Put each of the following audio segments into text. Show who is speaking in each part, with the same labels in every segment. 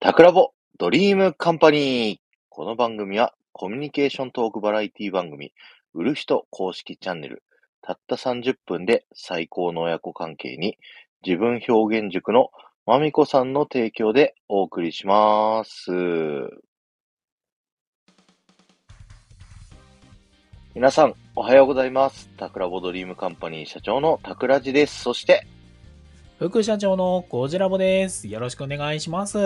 Speaker 1: タクラボドリームカンパニーこの番組はコミュニケーショントークバラエティ番組売る人公式チャンネルたった30分で最高の親子関係に自分表現塾のまみこさんの提供でお送りします。皆さん、おはようございます。タクラボドリームカンパニー社長のタクラジです。そして、
Speaker 2: 副社長のコジラボです。よろしくお願いします。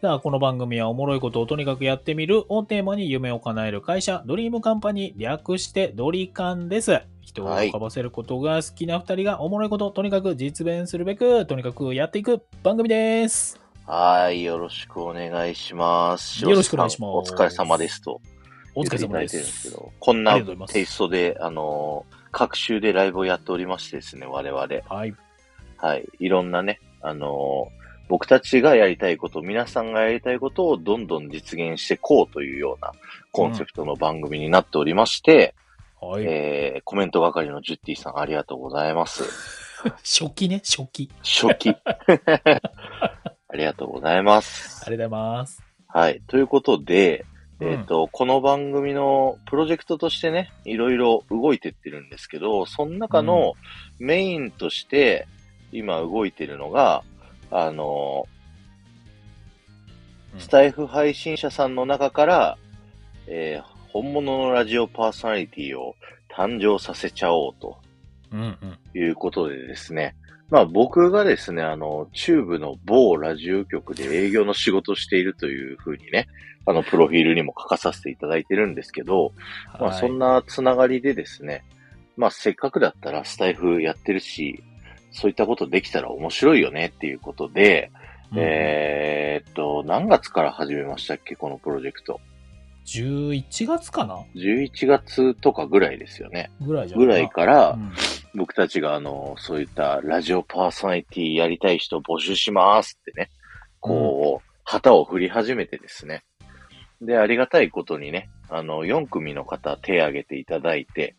Speaker 2: さあ、この番組はおもろいことをとにかくやってみるをテーマに夢を叶える会社、ドリームカンパニー、略してドリカンです。人を喜ばせることが好きな二人がおもろいことをとにかく実現するべく、とにかくやっていく番組です。
Speaker 1: はい、よろしくお願いします。
Speaker 2: よろしくお願いします
Speaker 1: お疲れ様ですと。
Speaker 2: お疲れ様で
Speaker 1: 言っていただいてるんですけ
Speaker 2: す。
Speaker 1: ど、こん
Speaker 2: あ
Speaker 1: な
Speaker 2: りがとうござ
Speaker 1: テ
Speaker 2: い
Speaker 1: イ
Speaker 2: ま
Speaker 1: ス
Speaker 2: す。
Speaker 1: トで、あのー、各週でライブをやっておりましてですね、我々。
Speaker 2: はい。
Speaker 1: はい。いろんなね、あのー、僕たちがやりたいこと、皆さんがやりたいことをどんどん実現してこうというようなコンセプトの番組になっておりまして、
Speaker 2: はい。
Speaker 1: えー、コメント係のジュッティさんありがとうございます。
Speaker 2: 初期ね、初期。
Speaker 1: 初 期。 ありがとうございます
Speaker 2: あ。りがとうございます。
Speaker 1: はい。ということで、
Speaker 2: うん
Speaker 1: えっ、と、この番組のプロジェクトとしてね、いろいろ動いてってるんですけど、その中のメインとして、今動いてるのが、あの
Speaker 2: う
Speaker 1: ー、
Speaker 2: ん
Speaker 1: スタイフ配信者さんの中から、えー本物のラジオパーソナリティを誕生させちゃおうと
Speaker 2: うんうん。
Speaker 1: いうことでですね、まあ僕がですね、あの、チューブの某ラジオ局で営業の仕事をしているというふうにね、あの、プロフィールにも書かさせていただいてるんですけど、まあ
Speaker 2: はい
Speaker 1: そんなつながりでですね、まあせっかくだったらスタイフやってるし、そういったことできたら面白いよねっていうことで、えーっと、何月から始めましたっけこのプロジェクト。
Speaker 2: うん11月かな
Speaker 1: 11月とかぐらいですよね。
Speaker 2: ぐらいじゃな
Speaker 1: ぐ
Speaker 2: いな
Speaker 1: らいから、
Speaker 2: うん
Speaker 1: 僕たちがあの、そういったラジオパーソナリティやりたい人募集しますってね、こう、旗を振り始めてですね。で、ありがたいことにね、あの、4組の方手挙げていただいて、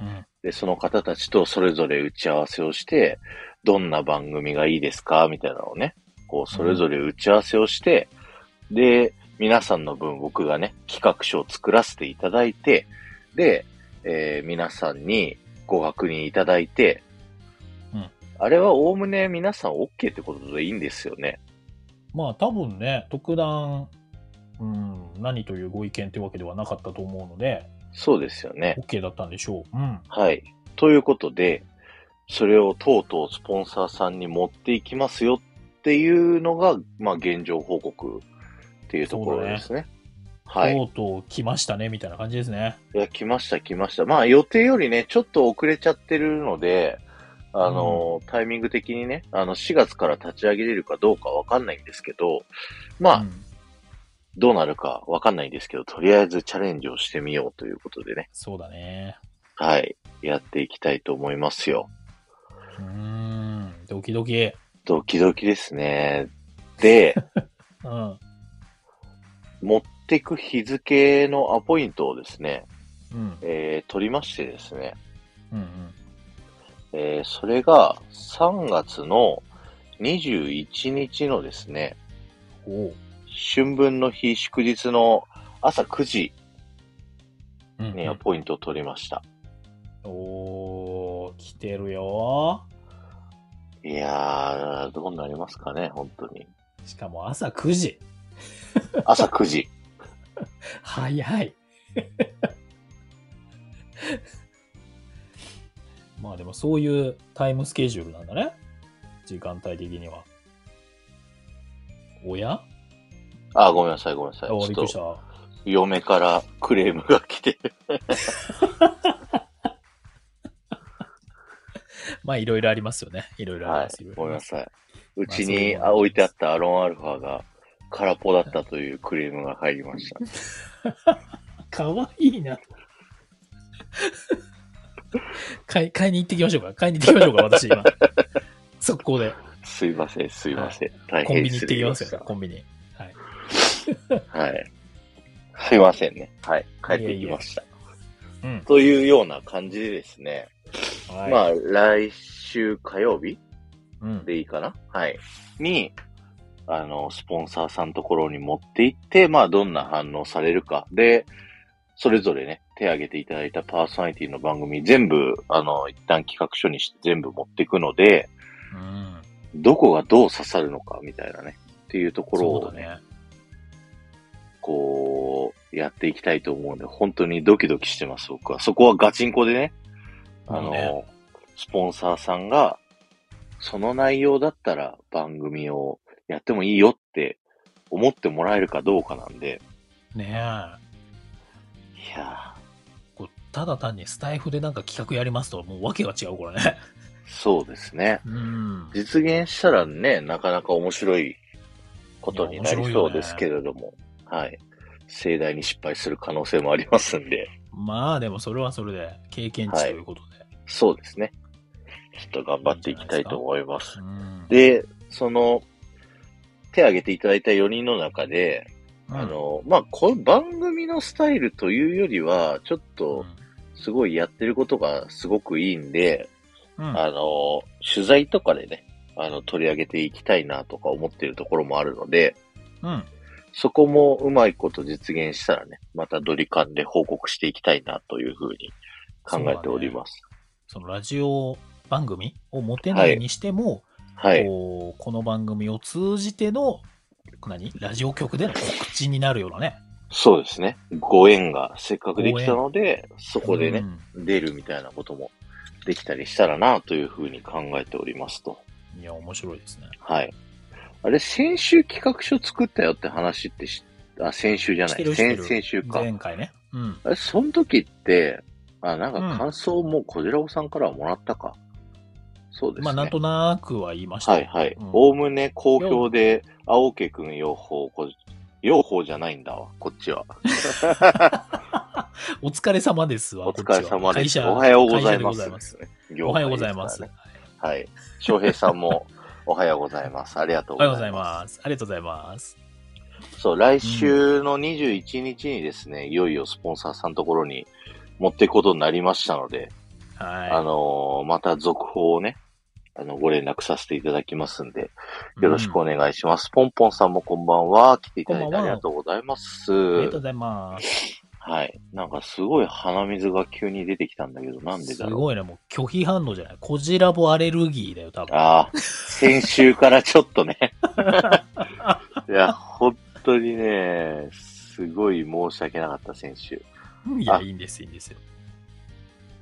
Speaker 2: うん
Speaker 1: で、その方たちとそれぞれ打ち合わせをして、どんな番組がいいですかみたいなのをね、こう、それぞれ打ち合わせをして、で、皆さんの分僕がね、企画書を作らせていただいて、で、えー皆さんにご確認いただいて、
Speaker 2: うん
Speaker 1: あれはおおむね皆さん OK ってことでいいんですよね。
Speaker 2: まあ多分ね、特段、うん、何というご意見というわけではなかったと思うので、
Speaker 1: そうですよね。
Speaker 2: OK だったんでしょう。うん。
Speaker 1: はい。ということで、それをとうとうスポンサーさんに持っていきますよっていうのが、まあ現状報告っていうところですね。はい。
Speaker 2: とうとう来ましたね、みたいな感じですね。
Speaker 1: いや、来ました来ました。まあ予定よりね、ちょっと遅れちゃってるので、あの、タイミング的にね、あの4月から立ち上げれるかどうかわかんないんですけど、まあ、
Speaker 2: うん
Speaker 1: どうなるかわかんないんですけど、とりあえずチャレンジをしてみようということでね、
Speaker 2: そうだね。
Speaker 1: はい、やっていきたいと思いますよ。
Speaker 2: うーん、ドキドキ。
Speaker 1: ドキドキですね。 で、
Speaker 2: うん。
Speaker 1: 持ってく日付のアポイントをですね、
Speaker 2: うん。
Speaker 1: えー取りましてですね、
Speaker 2: うんうん。
Speaker 1: えーそれが3月の21日のですね、
Speaker 2: おう。
Speaker 1: 春分の日祝日の朝9時
Speaker 2: うんうん
Speaker 1: にアポイントを取りました。
Speaker 2: おー、来てるよ。
Speaker 1: いやー、どうなりますかね、本当に。
Speaker 2: しかも朝9時。
Speaker 1: 朝9時。
Speaker 2: 早い。まあでもそういうタイムスケジュールなんだね。時間帯的には。おや
Speaker 1: あ、ごめんなさい、ごめんなさい。
Speaker 2: あ
Speaker 1: ちょっ
Speaker 2: びっくりし
Speaker 1: と、
Speaker 2: た。
Speaker 1: 嫁からクレームが来て。
Speaker 2: まあいろいろありますよね。いろいろあり
Speaker 1: は
Speaker 2: ます。
Speaker 1: い
Speaker 2: ろ。ろ
Speaker 1: ご
Speaker 2: あ
Speaker 1: めん
Speaker 2: り
Speaker 1: な
Speaker 2: ます
Speaker 1: さい。うち
Speaker 2: そうい
Speaker 1: に
Speaker 2: うもんなんです
Speaker 1: あ置いてあったアロンアルファが空っぽだったというクレームが入りま した。
Speaker 2: かわいいな。買い買いに行ってきましょうか。買いに行ってきましょうか、私今。速攻で。
Speaker 1: すいません、すいません。大
Speaker 2: コン
Speaker 1: 変
Speaker 2: ビニ行っ
Speaker 1: 失
Speaker 2: て
Speaker 1: 礼
Speaker 2: き
Speaker 1: し
Speaker 2: ま
Speaker 1: ますし
Speaker 2: よ、
Speaker 1: た。
Speaker 2: コンビニ。はい。
Speaker 1: はい。すいませんね。はい。帰ってきました。
Speaker 2: うん。
Speaker 1: というような感じでですね。
Speaker 2: はい、
Speaker 1: まあ、来週火曜日
Speaker 2: うん、
Speaker 1: でいいかなはい。に、あの、スポンサーさんのところに持って行って、まあ、どんな反応されるか。で、それぞれね、手挙げていただいたパーソナリティの番組全部、あの、一旦企画書にして全部持っていくので、
Speaker 2: うん。
Speaker 1: どこがどう刺さるのかみたいなね、っていうところ
Speaker 2: そう
Speaker 1: を
Speaker 2: だね。
Speaker 1: こう、やっていきたいと思うんで、本当にドキドキしてます、僕は。そこはガチンコでね、あ
Speaker 2: そ
Speaker 1: の、
Speaker 2: うね
Speaker 1: スポンサーさんが、その内容だったら番組をやってもいいよって思ってもらえるかどうかなんで、
Speaker 2: ねえ。
Speaker 1: いや
Speaker 2: こうただ単にスタイフでなんか企画やりますと、もう訳が違う、これね。
Speaker 1: ー、そうですね。
Speaker 2: うん。
Speaker 1: 実現したらね、なかなか面白いことになりそうですけれども、はい。盛大に失敗する可能性もありますんで、
Speaker 2: まあでもそれはそれで経験値ということで。
Speaker 1: そうですね。ちょっと頑張っていきたいと思います。
Speaker 2: うん、
Speaker 1: で、その、手挙げていただいた4人の中で、
Speaker 2: うん、
Speaker 1: あの、まあ、この番組のスタイルというよりは、ちょっと、すごいやってることがすごくいいんで、
Speaker 2: うん、うん
Speaker 1: あの、取材とかでね、あの、取り上げていきたいなとか思ってるところもあるので、
Speaker 2: うん。
Speaker 1: そこもうまいこと実現したらね、またドリカンで報告していきたいなというふうに考えております。
Speaker 2: そのラジオ番組を持てないにしても、
Speaker 1: はい。
Speaker 2: こうこの番組を通じての、何ラジオ局での告知になるようなね。
Speaker 1: そうですね。ご縁がせっかくできたので、そこでね、
Speaker 2: うん
Speaker 1: 出るみたいなこともできたりしたらなというふうに考えておりますと。
Speaker 2: いや、面白いですね。
Speaker 1: はい。あれ、先週企画書作ったよって話ってし、あ、先週じゃな
Speaker 2: して
Speaker 1: い、
Speaker 2: るし
Speaker 1: 先
Speaker 2: てる
Speaker 1: 々週か。
Speaker 2: 前回ね。うん。
Speaker 1: あれ、その時って、あ、なん
Speaker 2: う
Speaker 1: か
Speaker 2: ん
Speaker 1: 感想も小じらおさんからもらったか。そうですね。
Speaker 2: まあ、なんとなくは言いました。
Speaker 1: はいはい
Speaker 2: うん。
Speaker 1: おおむね好評で、青家くん用法、こ用法じゃないんだわ、こっちは。
Speaker 2: お疲れ様ですわ。
Speaker 1: お疲れ様で
Speaker 2: こっち
Speaker 1: す。
Speaker 2: は会社
Speaker 1: おはようござい
Speaker 2: 会社でご
Speaker 1: ま
Speaker 2: ざ
Speaker 1: す。
Speaker 2: います。
Speaker 1: 業界ですからね
Speaker 2: おはようございます。はい
Speaker 1: はい。翔平さんも、おはようございます。ありがとう
Speaker 2: お
Speaker 1: ご
Speaker 2: は
Speaker 1: ざい
Speaker 2: よう
Speaker 1: ま
Speaker 2: ご
Speaker 1: す。
Speaker 2: ざいます。ありがとうございます。
Speaker 1: そう、来週の21日にですね、いよいよスポンサーさんのところに持っていくことになりましたので、あ
Speaker 2: は
Speaker 1: のーまた続報をね、あの、ご連絡させていただきますんで、
Speaker 2: い。
Speaker 1: よろしくお
Speaker 2: ね。
Speaker 1: 願いします。ポンポンさんもこんばんは。来ていただい
Speaker 2: こん
Speaker 1: て
Speaker 2: ば
Speaker 1: あ
Speaker 2: ん
Speaker 1: り
Speaker 2: は
Speaker 1: がとうございます。
Speaker 2: ありがとうございます。
Speaker 1: はい。なんかすごい鼻水が急に出てきたんだけど、なんですだろう。
Speaker 2: ごいね。もう拒否反応じゃない。こじらぼアレルギーだよ、多分。
Speaker 1: ああ、先週からちょっ とね。いや、本当にね、すごい申し訳なかった、先週。
Speaker 2: いや、
Speaker 1: あ
Speaker 2: いいんです、いいんですよ。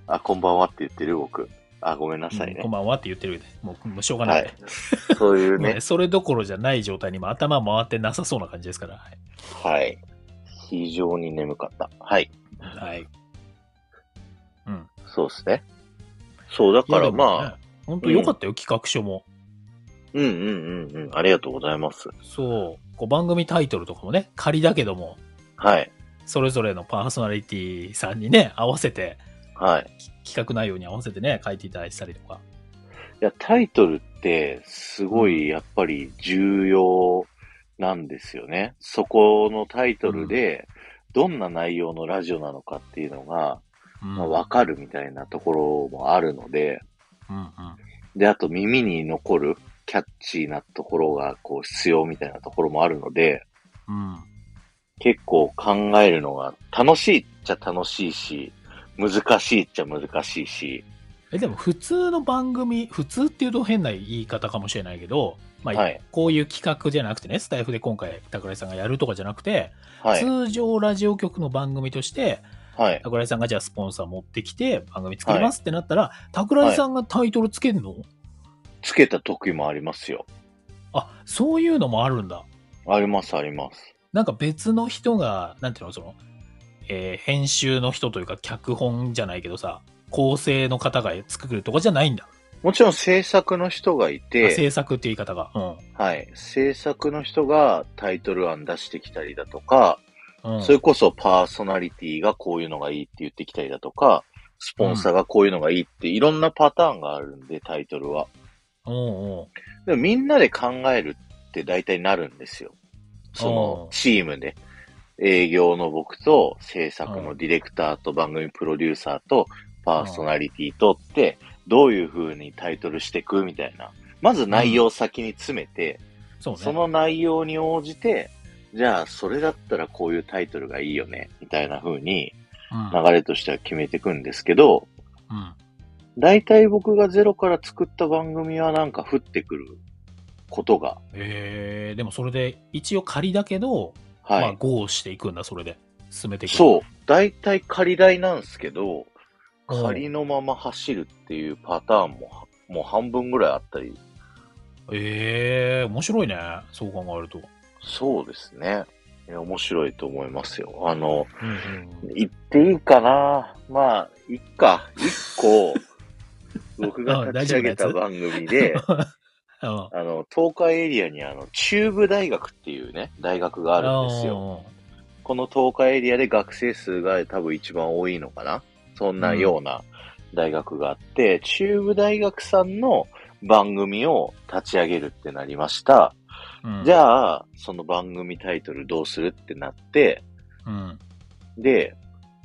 Speaker 1: あ、こんばんはって言ってる、僕。あ、ごめんなさい
Speaker 2: うん
Speaker 1: ね
Speaker 2: こん。ばんはって言ってるけど、もう、もうしょうがな
Speaker 1: はいい。。そう いう
Speaker 2: もうね
Speaker 1: ね。
Speaker 2: それどころじゃない状態に今頭回ってなさそうな感じですから。はい
Speaker 1: はい。非常に眠かった。はい。
Speaker 2: はい。うん。
Speaker 1: そうですね。そう、だ
Speaker 2: いや
Speaker 1: か
Speaker 2: で
Speaker 1: ら
Speaker 2: も
Speaker 1: まあ、
Speaker 2: ね、本当良かったよ、企画書も。
Speaker 1: うんうんうんうん。ありがとうございます。
Speaker 2: そう。こう番組タイトルとかもね、仮だけども、
Speaker 1: はい。
Speaker 2: それぞれのパーソナリティさんにね、合わせて、
Speaker 1: はい。
Speaker 2: き企画内容に合わせてね、書いていただいてたりとか。
Speaker 1: いや、タイトルって、すごい、やっぱり重要なんですよね。そこのタイトルで、どんな内容のラジオなのかっていうのが、
Speaker 2: うん
Speaker 1: まあ、わかるみたいなところもあるので、
Speaker 2: うんうん。
Speaker 1: で、あと耳に残るキャッチーなところが、こう、必要みたいなところもあるので、
Speaker 2: うん。
Speaker 1: 結構考えるのが楽しいっちゃ楽しいし、難しいっちゃ難しいし、
Speaker 2: え、でも普通の番組、普通っていうと変な言い方かもしれないけど、まあ、
Speaker 1: はい
Speaker 2: こういう企画じゃなくてね、スタイフで今回、桜井さんがやるとかじゃなくて、
Speaker 1: はい、
Speaker 2: 通常ラジオ局の番組として、
Speaker 1: はい。
Speaker 2: 桜井さんがじゃあスポンサー持ってきて番組作りますってなったら、桜井さんがタイトルつけるの、
Speaker 1: つけた時もありますよ。
Speaker 2: あ、そういうのもあるんだ。
Speaker 1: あります、あります。
Speaker 2: なんか別の人が、なんていうの、その、えー編集の人というか脚本じゃないけどさ、構成の方が作るとかじゃないんだ。
Speaker 1: もちろん制作の人がい
Speaker 2: あ
Speaker 1: て、
Speaker 2: 制作っていう言い方が。う
Speaker 1: はい。制作の人がタイトル案出してきたりだとか、
Speaker 2: ん。うん、
Speaker 1: それこそパーソナリティがこういうのがいいって言ってきたりだとか、スポンサーがこういうのがいいっていろんなパターンがあるんで、タイトルは。
Speaker 2: うんうん。
Speaker 1: でもみんなで考えるって大体なるんですよ。そ
Speaker 2: うん
Speaker 1: のチームで。営業の僕と制作のディレクターと番組プロデューサーとパーソナリティとって、どういう風にタイトルしていくみたいな。まず内容先に詰めて、
Speaker 2: そうね。
Speaker 1: その内容に応じて、じゃあ、それだったらこういうタイトルがいいよね、みたいな風に
Speaker 2: うん、
Speaker 1: 流れとしては決めていくんですけど、
Speaker 2: うん。
Speaker 1: 大体僕がゼロから作った番組はなんか降ってくることが、
Speaker 2: えー、でもそれで、一応仮だけど、
Speaker 1: はい。
Speaker 2: まあ、ゴーしていくんだ、それで。進めていく。
Speaker 1: そう。大体仮台なんですけど、
Speaker 2: うん
Speaker 1: 仮のまま走るっていうパターンも、もう半分ぐらいあったり、
Speaker 2: ええー、面白いね。そう考えると。
Speaker 1: そうですね。いや面白いと思いますよ。あの、
Speaker 2: うんうん
Speaker 1: 言っていいかなまあ、いっか。一 個、僕が立ち上げた
Speaker 2: うん大丈夫
Speaker 1: 番組で、
Speaker 2: うん。
Speaker 1: あの、東海エリアにあの、中部大学っていうね、大学があるんですよ。
Speaker 2: よ。
Speaker 1: この東海エリアで学生数が多分一番多いのかなそんなような大学があって、中部大学さんの番組を立ち上げるってなりました。
Speaker 2: うん
Speaker 1: じゃあ、その番組タイトルどうするってなって、
Speaker 2: うん。
Speaker 1: で、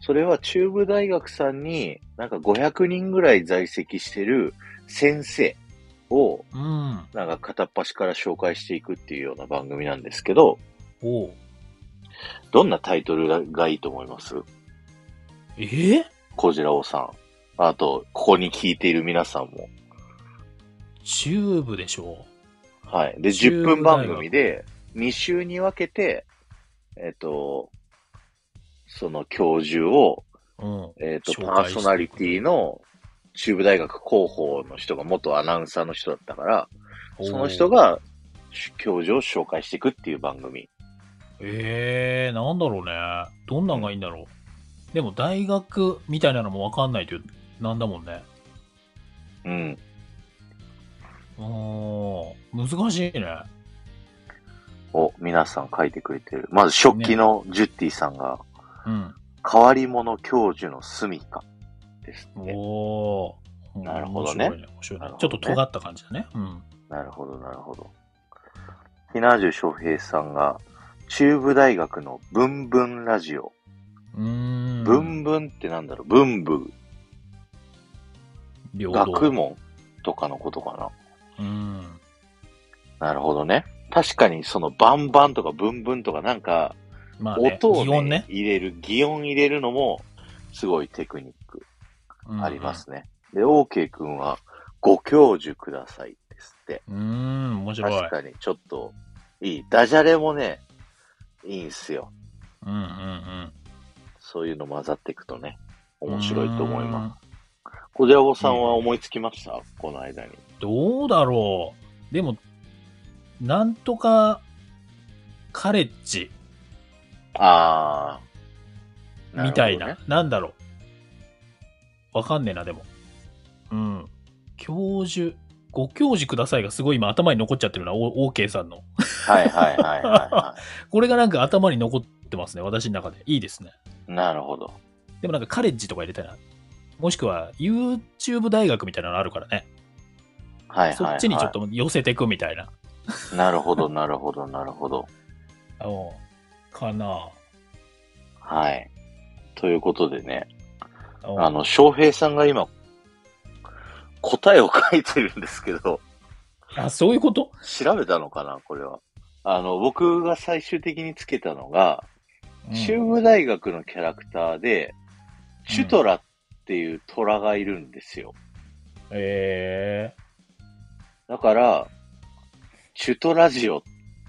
Speaker 1: それは中部大学さんになんか500人ぐらい在籍してる先生を
Speaker 2: うん。
Speaker 1: なんか片っ端から紹介していくっていうような番組なんですけど、
Speaker 2: おう
Speaker 1: どんなタイトルががいいと思います
Speaker 2: えー、
Speaker 1: コジラオさん。あと、ここに聞いている皆さんも。
Speaker 2: チューブでしょ。
Speaker 1: はい。で、
Speaker 2: 中部
Speaker 1: 10分番組で、2週に分けて、えっと、その教授を、
Speaker 2: うん。
Speaker 1: えっと、
Speaker 2: 紹
Speaker 1: パ
Speaker 2: 介
Speaker 1: ー
Speaker 2: して
Speaker 1: ソナリティの中部大学広報の人が元アナウンサーの人だったから、その人
Speaker 2: が。
Speaker 1: が教授を紹介していくっていう番組。
Speaker 2: ええー、なんだろうね。どんなんがいいんだろう。でも、大学みたいなのもわかんないと、なんだもんね。
Speaker 1: うん。
Speaker 2: うん。難しいね。
Speaker 1: を皆さん書いてくれてる。まず、食器のジュッティさんが、
Speaker 2: うん。
Speaker 1: 変わり者教授の住みかですって。
Speaker 2: おお。
Speaker 1: なるほどね
Speaker 2: 面白い面白い
Speaker 1: なるほ
Speaker 2: ちょ
Speaker 1: ど
Speaker 2: っ
Speaker 1: ね
Speaker 2: と尖った感じだね。うん。
Speaker 1: なるほど、なるほど。ひなじゅ翔平さんが、中部大学のブンブンラジオ。
Speaker 2: うーん。
Speaker 1: ブンブンってなんだろう文部、
Speaker 2: 平等
Speaker 1: 学問とかのことか
Speaker 2: うん。
Speaker 1: な。なるほどね。確かにそのバンバンとかブンブンとかなんか、
Speaker 2: まあ、ね、
Speaker 1: 音を、
Speaker 2: 擬音ね。
Speaker 1: 入れる、擬音入れるのも、すごいテクニック
Speaker 2: うん
Speaker 1: ありま。すね。で、OK くんは、ご教授くださいですって。
Speaker 2: うーん、面白い。
Speaker 1: 確かにちょっと、いい。ダジャレもね、いいんすよ。
Speaker 2: うんうんうん。
Speaker 1: そういうの混ざっていくとね、面白いと思います。
Speaker 2: す。
Speaker 1: こじらぼさんは思いつきました、この間に。
Speaker 2: どうだろう。でも、なんとか、カレッジ
Speaker 1: あー。
Speaker 2: みたいな。
Speaker 1: る
Speaker 2: な,、
Speaker 1: ほどね
Speaker 2: んだろう。わかんねえな、でも。うん。教授、ご教授くださいがすごい今頭に残っちゃってるな、オーケーさんの。
Speaker 1: はいはいはいはい、は
Speaker 2: これがなんか頭に残ってますね、私の中で。いいですね。
Speaker 1: い。 なるほど。
Speaker 2: でもなんかカレッジとか入れたいな。もしくは YouTube 大学みたいなのあるからね。
Speaker 1: はいはい、はい。
Speaker 2: そっちにちょっ。と寄せていくみたいな。
Speaker 1: なるほど、なるほど、なるほど。
Speaker 2: うんかな
Speaker 1: はい。ということでね、
Speaker 2: うん
Speaker 1: あの、翔平さんが今、答えを書いてるんですけど、
Speaker 2: あ、そういうこと
Speaker 1: 調べたのかな、これは。あの、僕が最終的につけたのが、中部大学のキャラクターで、チュトラっていう虎がいるんですよ。
Speaker 2: え
Speaker 1: だから、チュトラジオっ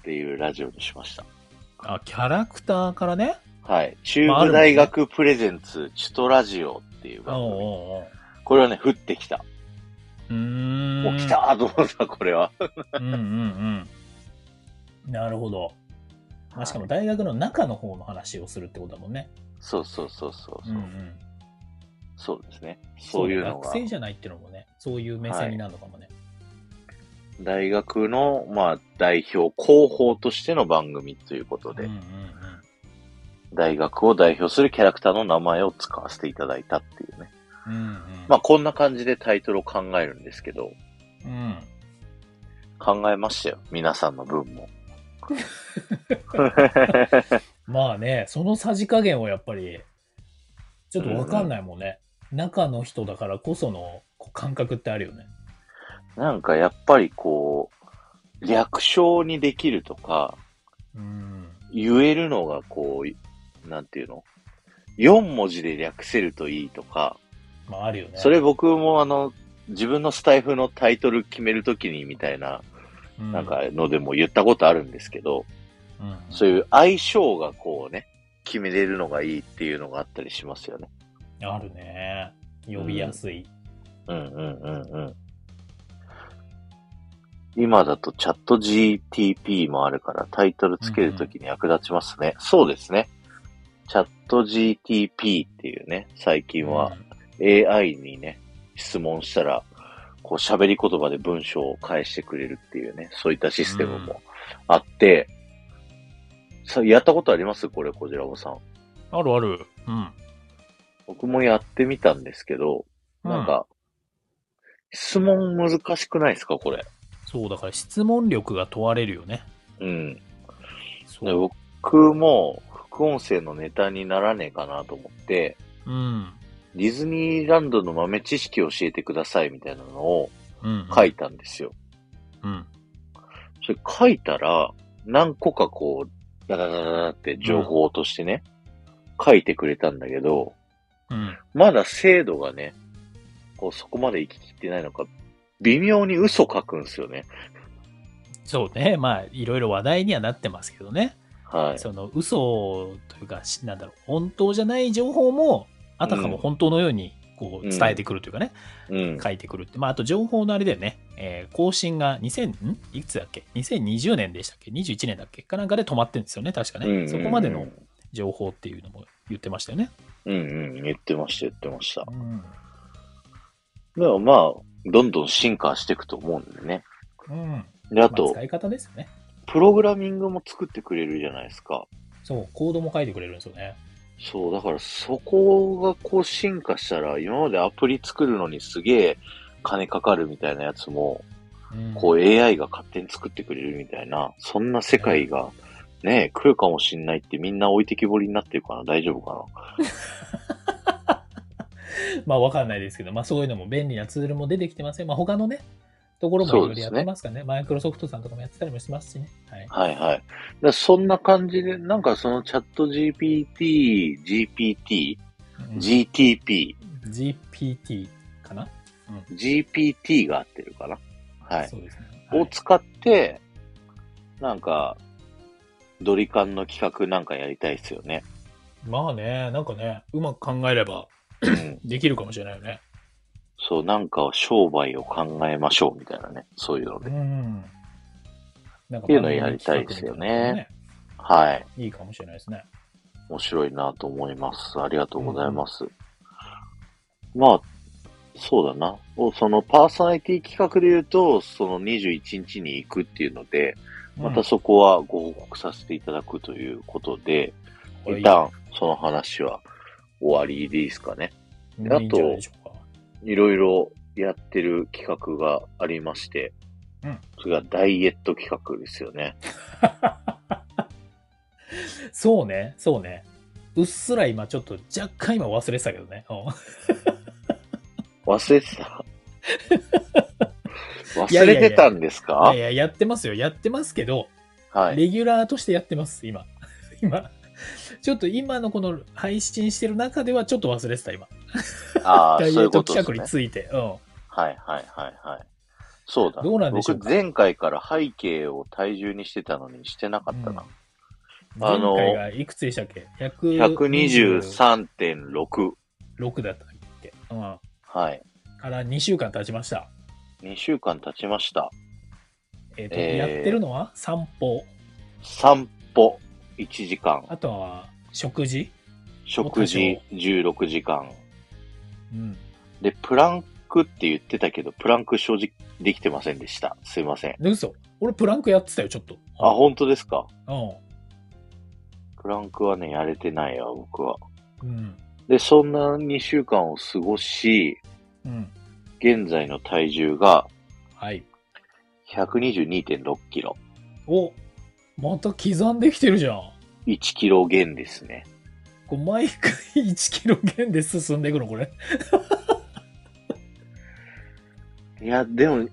Speaker 1: ていうラジオにしました。
Speaker 2: ー、あ、キャラクターからね。
Speaker 1: はい。中部大学プレゼンツ、チュトラジオっていう
Speaker 2: おう
Speaker 1: 番組。
Speaker 2: おうおう
Speaker 1: これはね、降ってきた。
Speaker 2: うーん。
Speaker 1: もう来たーと思った、これは。
Speaker 2: うんうんうん。なるほど。まあ、しかも大学の中の方の話をするってことだもんね。
Speaker 1: そうそうそうそう
Speaker 2: う
Speaker 1: そう、
Speaker 2: んうん。
Speaker 1: そうですね。そういうのが
Speaker 2: 学、生じゃないっていうのもね、そういう目線になるのかもね。
Speaker 1: 大学の、まあ、代表、広報としての番組ということで、
Speaker 2: うんうん
Speaker 1: 大学を代表するキャラクターの名前を使わせていただいたっていうね。
Speaker 2: うん。うんうん、
Speaker 1: まあ、こんな感じでタイトルを考えるんですけど、
Speaker 2: うん。
Speaker 1: 考えましたよ。皆さんの分も。
Speaker 2: まあね、そのさじ加減はやっぱり、ちょっとわかんないもんね。中の人だからこそのこう感覚ってあるよね。
Speaker 1: なんかやっぱりこう、略称にできるとか、
Speaker 2: うん。
Speaker 1: 言えるのがこう、なんていうの ?4 文字で略せるといいとか、
Speaker 2: まあ、あるよね。
Speaker 1: それ僕もあの、自分のスタイフのタイトル決めるときにみたいな、
Speaker 2: う、
Speaker 1: なんかのでも言ったことあるんですけど、
Speaker 2: うん、うん
Speaker 1: そういう相性がこうね、決めれるのがいいっていうのがあったりしますよね。
Speaker 2: あるね。呼びやすい。
Speaker 1: うんうんうんうん。今だとチャット GTP もあるからタイトルつけるときに役立ちますね。そうですね。チャット GTP っていうね、最近は AI にね、質問したら、こう喋り言葉で文章を返してくれるっていうね、そういったシステムもあって、さやったことありますこれ、こじらぼさん。
Speaker 2: うんあるある。うん。
Speaker 1: 僕もやってみたんですけど、なんか、質問難しくないですかこれ。
Speaker 2: そう、だから質問力が問われるよね。
Speaker 1: うん。で
Speaker 2: そう。
Speaker 1: 僕も副音声のネタにならねえかなと思って、
Speaker 2: うん。
Speaker 1: ディズニーランドの豆知識を教えてくださいみたいなのを
Speaker 2: うん。
Speaker 1: 書いたんですよ。
Speaker 2: うん。
Speaker 1: それ書いたら、何個かこう、ダダダダダって情報としてね、書いてくれたんだけど、
Speaker 2: うん。
Speaker 1: まだ精度がね、こうそこまで行ききってないのか、微妙に嘘書くんですよね。
Speaker 2: そうね。まあ、いろいろ話題にはなってますけどね。
Speaker 1: はい。
Speaker 2: その、嘘というか、しなんだろう、本当じゃない情報も、あたかも本当のように、こ
Speaker 1: う
Speaker 2: う、
Speaker 1: ん
Speaker 2: 伝えてくるというかね、
Speaker 1: うん。
Speaker 2: 書いてくるって。まあ、あと情報のあれだよね。えー更新が2000、んいくつだっけ ?2020 年でしたっけ ?21 年だっけかなんかで止まってるんですよね。確か
Speaker 1: うんうんう
Speaker 2: ね。
Speaker 1: ん
Speaker 2: そこまでの情報っていうのも言ってましたよね。
Speaker 1: うんうん。言ってました、言ってました。
Speaker 2: うん。
Speaker 1: でもまあ、どんどん進化していくと思うんでね。
Speaker 2: うん。
Speaker 1: で、あ
Speaker 2: まあ
Speaker 1: と
Speaker 2: 使、い方ですよね。
Speaker 1: プログラミングも作ってくれるじゃないですか。
Speaker 2: そう、コードも書いてくれるんですよね。
Speaker 1: そう、だからそこがこう進化したら、今までアプリ作るのにすげえ金かかるみたいなやつも、こう AI が勝手に作ってくれるみたいな、そんな世界がねえ、来るかもしんないってみんな置いてきぼりになってるかな大丈夫かな
Speaker 2: まあ、わかんないですけど、まあ、そういうのも便利なツールも出てきてますよ。まあ、他のね、ところもいろいろやってますからね。マイクロソフトさんとかもやってたりもしますしね。は
Speaker 1: は
Speaker 2: い。
Speaker 1: いはい。だからそんな感じで、なんかそのチャット GPT、GPT、
Speaker 2: うん
Speaker 1: GTP、
Speaker 2: GPT かな、
Speaker 1: GPT が合ってるかなはい。
Speaker 2: そうですね。は
Speaker 1: を
Speaker 2: い
Speaker 1: 使って、なんか、ドリカンの企画なんかやりたいですよね。
Speaker 2: まあね、なんかね、うまく考えれば
Speaker 1: うん
Speaker 2: できるかもしれないよね。
Speaker 1: そう、なんか商売を考えましょうみたいなね。そういうの
Speaker 2: う
Speaker 1: で。
Speaker 2: ん。なんか
Speaker 1: っていうのやりたいですよね。はい。
Speaker 2: いいかもしれないですね。
Speaker 1: 面白いなと思います。ありがとうございます。まあ、そうだな。おそのパーソナリティ企画で言うと、その21日に行くっていうので、またそこはご報告させていただくということで、
Speaker 2: うん、
Speaker 1: 一旦その話は終わりでいいですかね。
Speaker 2: これいいんじゃないでしょうか
Speaker 1: いろいろやってる企画がありまして、
Speaker 2: うん
Speaker 1: それがダイエット企画ですよね。
Speaker 2: そうね、そうね。うっすら今ちょっと若干今忘れてたけどね。うん
Speaker 1: 忘れて た
Speaker 2: いや
Speaker 1: 忘
Speaker 2: いや
Speaker 1: れ
Speaker 2: いや
Speaker 1: てたんですか
Speaker 2: いやいや、やってますよ。やってますけど、
Speaker 1: はい。
Speaker 2: レギュラーとしてやってます、今。 今。ちょっと今のこの配信してる中ではちょっと忘れてた、今。
Speaker 1: ああ、
Speaker 2: ダイエ
Speaker 1: そうい
Speaker 2: ッ
Speaker 1: うこ
Speaker 2: ト
Speaker 1: とです
Speaker 2: 企画
Speaker 1: ね
Speaker 2: に。ついて。うん。
Speaker 1: はいはいはいはい。そうだ。
Speaker 2: どうなんでしょうか
Speaker 1: 僕前回から背景を体重にしてたのにしてなかったな。あ
Speaker 2: 前
Speaker 1: の
Speaker 2: 回がいくつでしたっけ ?123。
Speaker 1: 123.6。
Speaker 2: 6だったっけうん。か
Speaker 1: はい。
Speaker 2: ら2週間経ちました。
Speaker 1: 2週間経ちました。
Speaker 2: えっ、と、
Speaker 1: えー
Speaker 2: やってるのは散歩。
Speaker 1: 散歩1時間。
Speaker 2: あとは食事。
Speaker 1: 食事16時間。
Speaker 2: うん。
Speaker 1: で、プランクって言ってたけど、プランク正直できてませんでした。すいません。
Speaker 2: で嘘俺プランクやってたよ、ちょっと。
Speaker 1: あ、本当ですか
Speaker 2: う
Speaker 1: プランクはね、やれてないわ、僕は。
Speaker 2: ん。うん。
Speaker 1: で、そんな2週間を過ごし、
Speaker 2: うん。
Speaker 1: 現在の体重が
Speaker 2: はい。
Speaker 1: 122.6キロ。
Speaker 2: おまた刻んできてるじゃん。
Speaker 1: 1キロ減ですね。
Speaker 2: こう毎回1キロ減で進んでいくの、これ。
Speaker 1: いや、でも、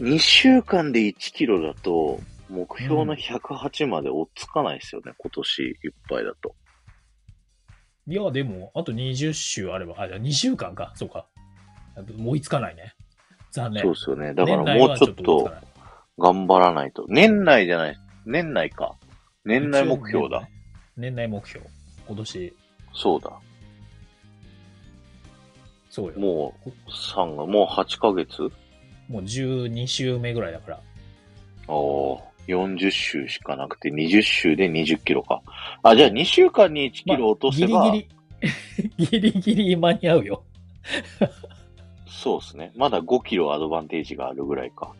Speaker 1: 2週間で1キロだと、目標の108まで追っつかないですよね、今年いっぱいだと。
Speaker 2: いや、でも、あと20週あれば、あ、じゃあ2週間か、そうか。あと追いつかないね。残念。
Speaker 1: そうですよね。だからもうちょっ
Speaker 2: 年内は追いつか
Speaker 1: と
Speaker 2: ない
Speaker 1: 頑張らないと。年内じゃない。年内か。年内目標だ。。
Speaker 2: 年内目標。今年、
Speaker 1: そうだ。
Speaker 2: そうよ。も
Speaker 1: もう、3が、もう8ヶ月
Speaker 2: う12週目ぐらいだから。
Speaker 1: ああ、40周しかなくて、20周で20キロか。あ、じゃあ2週間に1キロ落とせば、
Speaker 2: ギリギリ、 ギリギリ間に合うよ。
Speaker 1: そうですね。まだ5キロアドバンテージがあるぐらいか。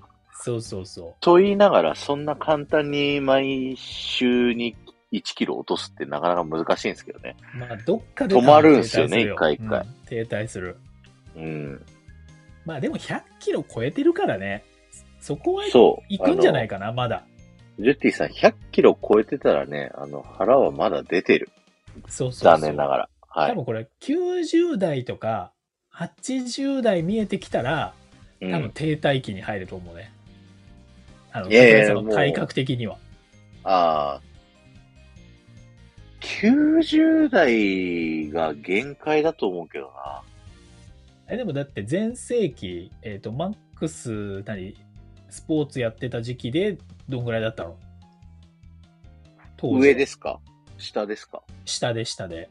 Speaker 2: そうそうそ
Speaker 1: と言いながら、そんな簡単に毎週に1キロ落とすってなかなか難しいんですけどね。
Speaker 2: う。まあ、どっかで
Speaker 1: 止まるんすよね
Speaker 2: 停滞
Speaker 1: 一回一回
Speaker 2: うん停滞する。
Speaker 1: うん。
Speaker 2: まあでも100キロ超えてるからね。そこは
Speaker 1: そう。
Speaker 2: 行くんじゃない
Speaker 1: か。
Speaker 2: かな、まだ。
Speaker 1: ジュッティさん、100キロ超えてたらね、あの、腹はまだ出てる。
Speaker 2: そうそうそう。
Speaker 1: 残念ながら。は
Speaker 2: 多
Speaker 1: い。
Speaker 2: 分これ90代とか80代見えてきたら
Speaker 1: う
Speaker 2: 多分
Speaker 1: ん、
Speaker 2: 停滞期に入ると思うね。あの、
Speaker 1: いやいや
Speaker 2: 桜井さん
Speaker 1: も
Speaker 2: の
Speaker 1: う
Speaker 2: 体格的には。
Speaker 1: ああ。90代が限界だと思うけどな。
Speaker 2: えでもだって全盛期、えっ、と、マックス、何、スポーツやってた時期でどんぐらいだったの当時
Speaker 1: 上ですか下ですか
Speaker 2: 下で下で。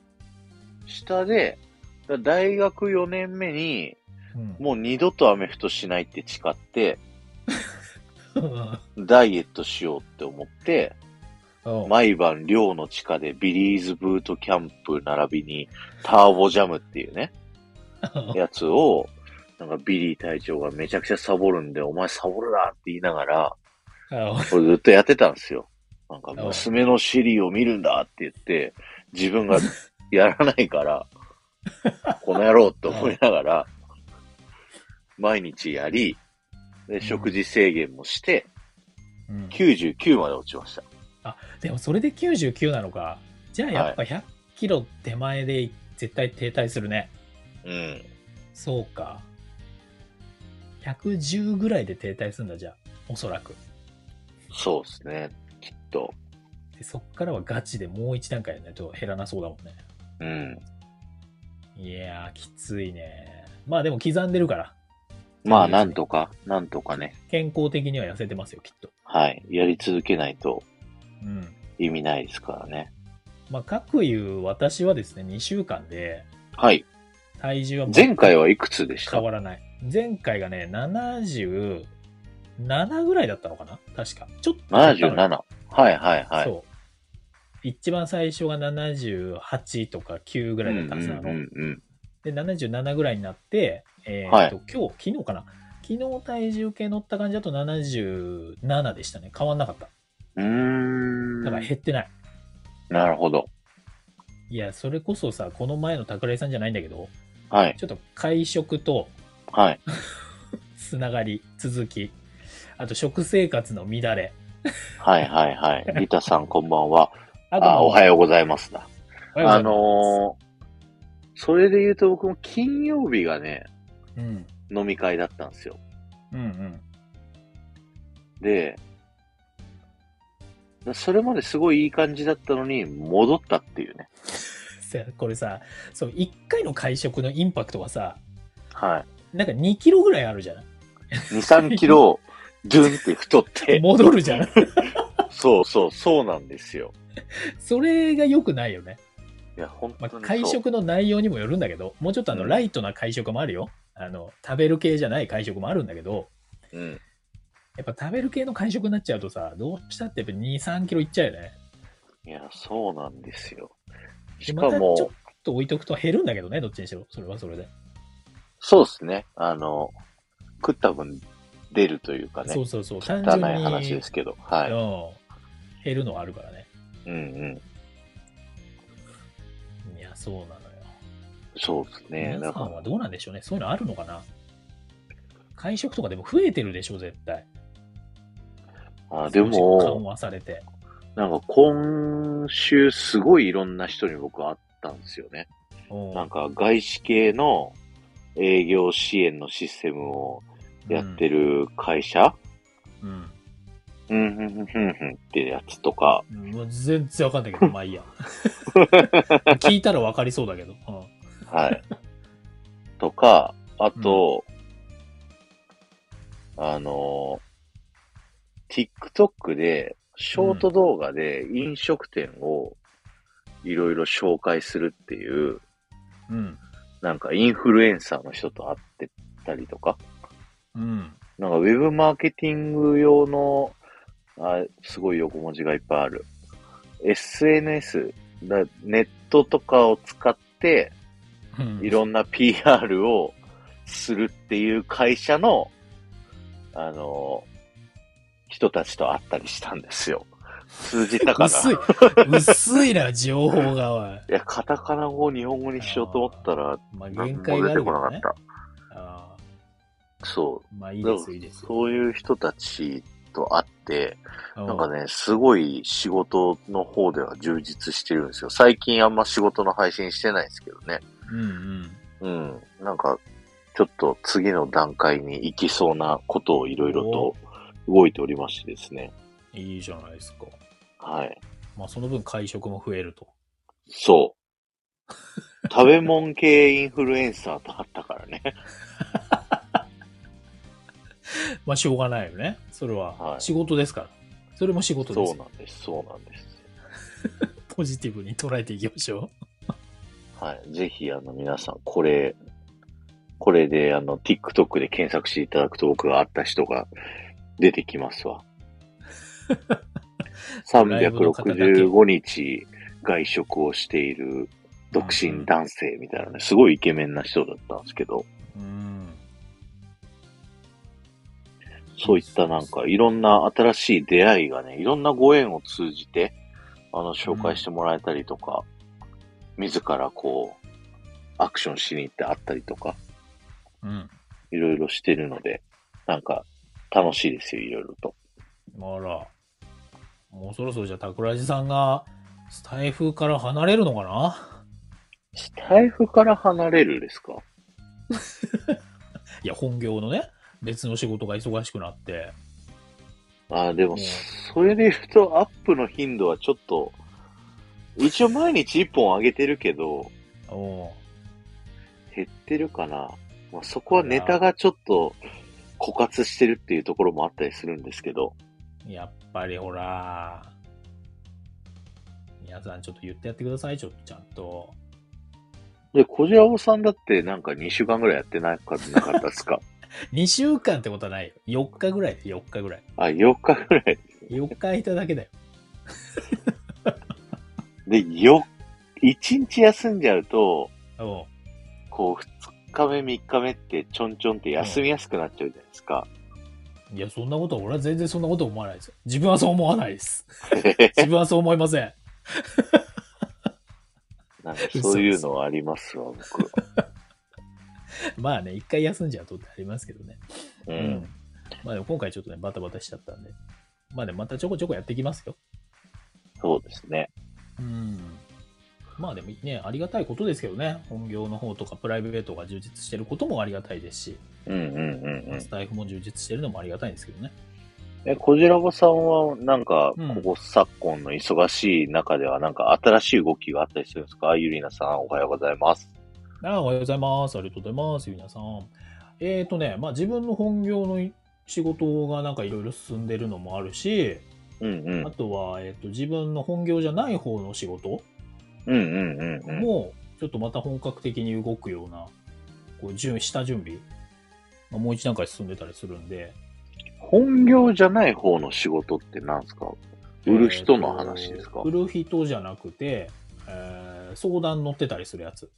Speaker 1: 下で、だ大学4年目に、
Speaker 2: うん、
Speaker 1: もう二度とアメフトしないって誓って、
Speaker 2: うん
Speaker 1: ダイエットしようって思って、
Speaker 2: うん
Speaker 1: 毎晩寮の地下でビリーズブートキャンプ並びに、ターボジャムっていうね、やつを、なんかビリー隊長がめちゃくちゃサボるんで、お前サボるなって言いながら、これずっとやってたんですよ。なんか娘のシリーを見るんだって言って、自分がやらないから、この野郎って思いながら、毎日やり、で食事制限もして、
Speaker 2: うん
Speaker 1: 99まで落ちました。
Speaker 2: でもそれで99なのか。じゃあやっぱ100キロ手前で絶対停滞するね。
Speaker 1: うん。
Speaker 2: そうか。110ぐらいで停滞するんだ、じゃあ。おそらく。
Speaker 1: そうですね。きっと。
Speaker 2: でそっからはガチでもう一段階やんないと減らなそうだもんね。
Speaker 1: うん。
Speaker 2: いやー、きついね。まあでも刻んでるから。
Speaker 1: まあ、なんとか、なんとかね。
Speaker 2: 健康的には痩せてますよ、きっと。
Speaker 1: はい。やり続けないと
Speaker 2: うん。
Speaker 1: 意味ないですからね。
Speaker 2: まあ、各いう私はですね、2週間で
Speaker 1: はい。
Speaker 2: 体重は全
Speaker 1: 前回はいくつでした
Speaker 2: 変わらない。前回がね、77ぐらいだったのかな確か。ちょっと減ったのよ
Speaker 1: ?77。はいはいはい。
Speaker 2: そう。一番最初が78とか9ぐらいだったはずなの。
Speaker 1: うんうんうんうん。
Speaker 2: で、77ぐらいになって、えー
Speaker 1: はい
Speaker 2: と、今日、昨日かな昨日体重計乗った感じだと77でしたね。変わんなかった。
Speaker 1: うーん。
Speaker 2: だから減ってない。
Speaker 1: なるほど。
Speaker 2: いや、それこそさ、この前の桜井さんじゃないんだけど、
Speaker 1: はい。
Speaker 2: ちょっと会食と
Speaker 1: はい。
Speaker 2: つながり、続き、あと食生活の乱れ。
Speaker 1: はいはいはい。 リタさんこんばんは。
Speaker 2: あとま
Speaker 1: あ、
Speaker 2: あ
Speaker 1: おはようございますだ。
Speaker 2: おはようございます
Speaker 1: あのー、それで言うと僕も金曜日がね、
Speaker 2: うん、
Speaker 1: 飲み会だったんですよ。
Speaker 2: うん、うん。
Speaker 1: で、それまですごいいい感じだったのに、戻ったっていうね。
Speaker 2: せこれさ、そう、1回の会食のインパクトはさ、
Speaker 1: は
Speaker 2: なんか2キロぐらいあるじゃない
Speaker 1: い。2、3キ ロ、ドゥンって太って。
Speaker 2: 戻るじゃん。
Speaker 1: そうそう、そうなんですよ。
Speaker 2: それが良くないよね。
Speaker 1: いや、本当
Speaker 2: ま
Speaker 1: にそ
Speaker 2: あ
Speaker 1: う。
Speaker 2: 会食の内容にもよるんだけど、もうちょっとあの、
Speaker 1: うん
Speaker 2: ライトな会食もあるよ。あの、食べる系じゃない会食もあるんだけど、
Speaker 1: うん。
Speaker 2: やっぱ食べる系の会食になっちゃうとさ、どうしたってやっぱ2、3キロいっちゃうよね。
Speaker 1: いや、そうなんですよ。し
Speaker 2: で
Speaker 1: か
Speaker 2: またち
Speaker 1: も、
Speaker 2: ょっと置いとくと減るんだけどね、どっちにしろ。それはそれで。
Speaker 1: そうですね。あの、食った分出るというかね
Speaker 2: そ。うそうそう。単
Speaker 1: 汚
Speaker 2: 純
Speaker 1: い
Speaker 2: に。
Speaker 1: 話ですけど。はい。
Speaker 2: うん減るのはあるからね。
Speaker 1: うんうん。
Speaker 2: いや、そうなのよ。
Speaker 1: そうですね。
Speaker 2: 皆
Speaker 1: だ
Speaker 2: さん
Speaker 1: か
Speaker 2: はどうなんでしょうね。そういうのあるのかな会食とかでも増えてるでしょ、絶対。
Speaker 1: ら、あで
Speaker 2: 少し緩
Speaker 1: も、
Speaker 2: 和されて。
Speaker 1: なんか今週すごいいろんな人に僕会ったんですよね。
Speaker 2: うん
Speaker 1: なんか外資系の営業支援のシステムをやってる会社、
Speaker 2: うん。
Speaker 1: うん、うん、うん、うん、うんってやつとか、
Speaker 2: うんもう全然わかんないけど、まあ いいや。聞いたらわかりそうだけど。う
Speaker 1: はい。 とか、あと、あの、TikTok で、ショート動画で飲食店をいろいろ紹介するっていう、
Speaker 2: ん。うん。
Speaker 1: なんかインフルエンサーの人と会ってたりとか、
Speaker 2: うん。
Speaker 1: なんかウェブマーケティング用の、あすごい横文字がいっぱいある。SNS、だネットとかを使って、
Speaker 2: うん
Speaker 1: いろんな PR をするっていう会社の、あの、人たちと会ったりしたんですよ。通じたかな
Speaker 2: 薄
Speaker 1: い
Speaker 2: い、薄いな、情報が。おい
Speaker 1: や、カタカナ語を日本語にしようと思ったら、
Speaker 2: まあ、
Speaker 1: 何
Speaker 2: 限
Speaker 1: も
Speaker 2: 界があ
Speaker 1: 出て
Speaker 2: るけ
Speaker 1: こな
Speaker 2: ど
Speaker 1: かっ
Speaker 2: ね。
Speaker 1: た。
Speaker 2: あ
Speaker 1: そ。
Speaker 2: ーまあ、いうい
Speaker 1: だ
Speaker 2: で
Speaker 1: か
Speaker 2: すよ、いい
Speaker 1: ら
Speaker 2: ですよ。
Speaker 1: そういう人たちと会って、
Speaker 2: な
Speaker 1: なんかね、すごい仕事の方では充実してるんですよ。最近あんま仕事の配信してないですけどね。
Speaker 2: うんうん。
Speaker 1: うん。なんか、ちょっと次の段階に行きそうなことをいろいろと動いておりましてですね。
Speaker 2: いいじゃないですか。
Speaker 1: はい。
Speaker 2: まあ、その分会食も増えると。
Speaker 1: そう。食べ物系インフルエンサーと会ったからね。
Speaker 2: まあ、しょうがないよね。それ
Speaker 1: は
Speaker 2: はい仕事ですから。それも仕事で
Speaker 1: そう
Speaker 2: す。
Speaker 1: なんです。そうなんです。
Speaker 2: ポジティブに捉えていきましょ
Speaker 1: はい。ぜひ、あの、皆さん、これ、これで、あの、TikTok で検索していただくと僕が会った人が出てきますわ。
Speaker 2: ライブの方だけ
Speaker 1: 365日外食をしている独身男性みたいなね、すごいイケメンな人だったんですけど、
Speaker 2: う。うん。
Speaker 1: そういったなんかいろんな新しい出会いがね、いろんなご縁を通じて、あの、紹介してもらえたりとか、自らこう、アクションしに行って会ったりとか、
Speaker 2: うん。
Speaker 1: いろいろしてるので、なんか、楽しいですよ、いろいろと。
Speaker 2: あら。もうそろそろじゃあ、桜地さんが、スタイフから離れるのかな
Speaker 1: スタイフから離れるですか
Speaker 2: いや、本業のね、別の仕事が忙しくなって。
Speaker 1: ああ、でも
Speaker 2: ね、
Speaker 1: それで言うと、アップの頻度はちょっと、一応毎日1本上げてるけど、
Speaker 2: おう
Speaker 1: 減ってるかな。まあ、そこはネタがちょっと枯渇してるっていうところもあったりするんですけど、
Speaker 2: やっぱりほら、皆さんちょっと言ってやってください、ちょっとちゃんと。
Speaker 1: で、小じらおさんだってなんか2週間ぐらいやってなかったなかったですか
Speaker 2: 2週間ってことはないよ。4日ぐらい、4日ぐらい。
Speaker 1: あ、4日ぐらい。
Speaker 2: 4日空いただけだよ。
Speaker 1: で、よ、1日休んじゃうと、
Speaker 2: おう
Speaker 1: こう、2日目、3日目って、ちょんちょんって休みやすくなっちゃうじゃないですか。
Speaker 2: いや、そんなことは、俺は全然そんなこと思わないですよ。自分はそう思わないです。自分はそう思いません。
Speaker 1: なんかそういうのはありますわ、僕。
Speaker 2: まあね、一回休んじゃうとってありますけどね。
Speaker 1: う。。
Speaker 2: うんまあでも今回ちょっとね、バタバタしちゃったんで。まあね、またちょこちょこやっていきますよ。
Speaker 1: そうですね。
Speaker 2: うん。まあでもね、ありがたいことですけどね。本業の方とかプライベートが充実してることもありがたいですし、
Speaker 1: うんうんうんうん
Speaker 2: ス。タイフも充実してるのもありがたいんですけどね。
Speaker 1: え、こじらぼさんは、なんか
Speaker 2: うん、
Speaker 1: ここ昨今の忙しい中では、なんか新しい動きがあったりするんですかゆりなさん、おはようございます。
Speaker 2: ああおはようございます。ありがとうございます。ゆりなさん。えっ、ー、とね、まあ自分の本業の仕事がなんかいろいろ進んでるのもあるし、
Speaker 1: うんうん
Speaker 2: あ。とは、えっ、と、自分の本業じゃない方の仕事
Speaker 1: うんうんうんうん。
Speaker 2: も、ちょっとまた本格的に動くような、こう、準下準備、まあもう一段階進んでたりするんで。
Speaker 1: 本業じゃない方の仕事って何ですか売る人の話ですか
Speaker 2: えーと売る人じゃなくて、えー相談乗ってたりするやつ。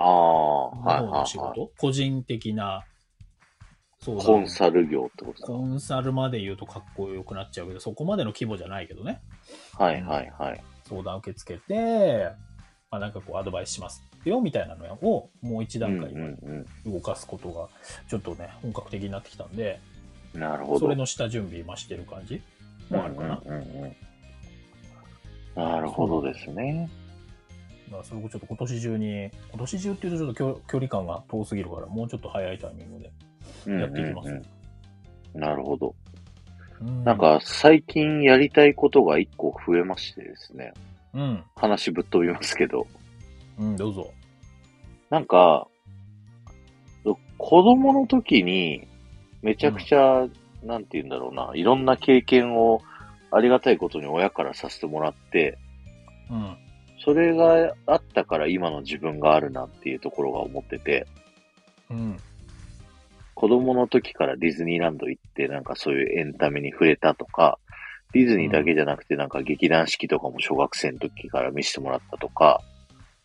Speaker 1: ああ、はい
Speaker 2: の方の
Speaker 1: はい
Speaker 2: 仕
Speaker 1: はい。
Speaker 2: 事個人的な相
Speaker 1: コンサル業ってことです
Speaker 2: コンサルまで言うとかっこよくなっちゃうけど、そこまでの規模じゃないけどね。
Speaker 1: かはいはいはい。
Speaker 2: 相談受け付けて、まあ、なんかこうアドバイスしますよみたいなのをもう一段階
Speaker 1: うんうん
Speaker 2: 動かすことがちょっとね本格的になってきたんで
Speaker 1: うん。なるほど。
Speaker 2: それの下準備今してる感じもあるかな、だか
Speaker 1: うんうんうんうん、なるほどですね。
Speaker 2: らそれをちょっと今年中に今年中っていうとちょっと距距離感が遠すぎるからもうちょっと早いタイミングで
Speaker 1: うん
Speaker 2: やっていきます。
Speaker 1: うんうんなるほど。
Speaker 2: うん
Speaker 1: なん、か、最近やりたいことが一個増えましてですね。
Speaker 2: うん、
Speaker 1: 話ぶっ飛びますけど。
Speaker 2: うん、どうぞ。
Speaker 1: なんか、子供の時に、めちゃくちゃ、なんて言うんだろうな、いろんな経験をありがたいことに親からさせてもらって、
Speaker 2: うん、
Speaker 1: それがあったから今の自分があるなっていうところが思ってて、
Speaker 2: うん、
Speaker 1: 子供の時からディズニーランド行って、なんかそういうエンタメに触れたとか、ディズニーだけじゃなくてなんか劇団四季とかも小学生の時から見せてもらったとか、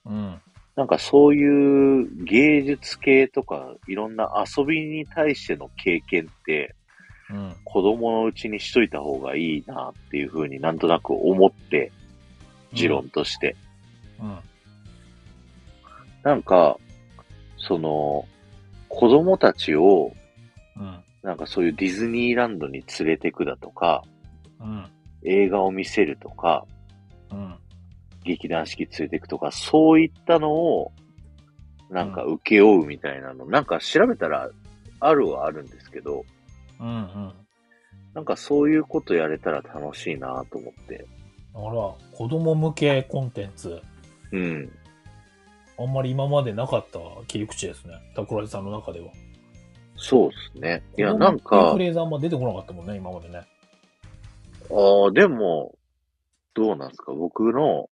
Speaker 2: うん、
Speaker 1: なんかそういう芸術系とかいろんな遊びに対しての経験って
Speaker 2: うん、
Speaker 1: 子供のうちにしといた方がいいなっていうふうになんとなく思って、持論として。
Speaker 2: うん、
Speaker 1: なんか、その、子供たちを、
Speaker 2: うん、
Speaker 1: なんかそういうディズニーランドに連れてくだとか、
Speaker 2: うん、
Speaker 1: 映画を見せるとか、
Speaker 2: うん、
Speaker 1: 劇団四季連れてくとか、そういったのを、なんか請け負うみたいなの、なんか調べたら、あるはあるんですけど、
Speaker 2: うん、うん。
Speaker 1: なんかそういうことやれたら楽しいなと思って。
Speaker 2: あら、子供向けコンテンツ。
Speaker 1: うん。
Speaker 2: あんまり今までなかった切り口ですね。桜井さんの中では。
Speaker 1: そうですね。いや、
Speaker 2: 子供
Speaker 1: なん
Speaker 2: っていう
Speaker 1: か
Speaker 2: フ、レーズあんま出てこなかったもんね、今までね。
Speaker 1: ああ、でも、どうなんですか僕の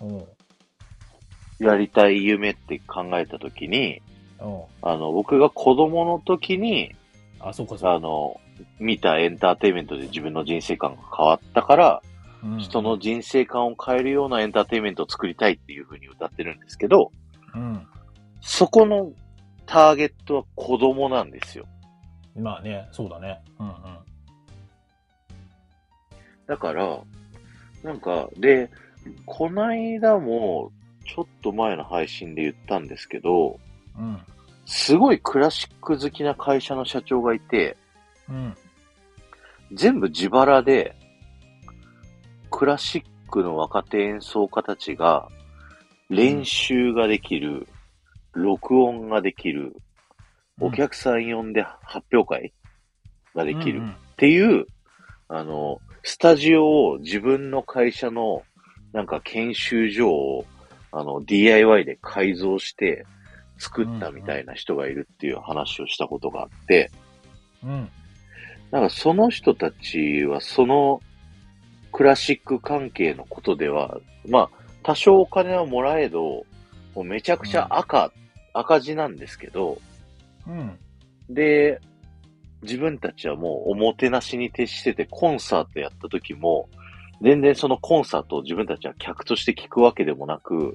Speaker 2: うん、
Speaker 1: やりたい夢って考えたときに、
Speaker 2: うん。
Speaker 1: あの、僕が子供の時に、
Speaker 2: あ、そうか、そ
Speaker 1: あ
Speaker 2: うか。
Speaker 1: の、見たエンターテインメントで自分の人生観が変わったから、
Speaker 2: うん
Speaker 1: 人の、人生観を変えるようなエンターテインメントを作りたいっていう風に歌ってるんですけど、
Speaker 2: うん。
Speaker 1: そこのターゲットは子供なんですよ。
Speaker 2: まあね、そうだね。うん、うん。
Speaker 1: だから、なんか、で、こないだも、ちょっと前の配信で言ったんですけど、
Speaker 2: うん。
Speaker 1: すごいクラシック好きな会社の社長がいて、
Speaker 2: うん。
Speaker 1: 全部自腹で、クラシックの若手演奏家たちが、練習ができる、録音ができる、お客さん呼んで発表会ができ
Speaker 2: う
Speaker 1: る
Speaker 2: ん
Speaker 1: っ。ていう、あの、スタジオを自分の会社の、なんか研修所を、あの、DIY で改造して作ったみたいな人がいるっていう話をしたことがあって、
Speaker 2: うん。うん
Speaker 1: なんかその人たちはそのクラシック関係のことでは、まあ、多少お金はもらえど、もうめちゃくちゃ赤、赤字なんですけど、
Speaker 2: うん。
Speaker 1: で、自分たちはもうおもてなしに徹してて、コンサートやった時も、全然そのコンサートを自分たちは客として聞くわけでもなく、
Speaker 2: う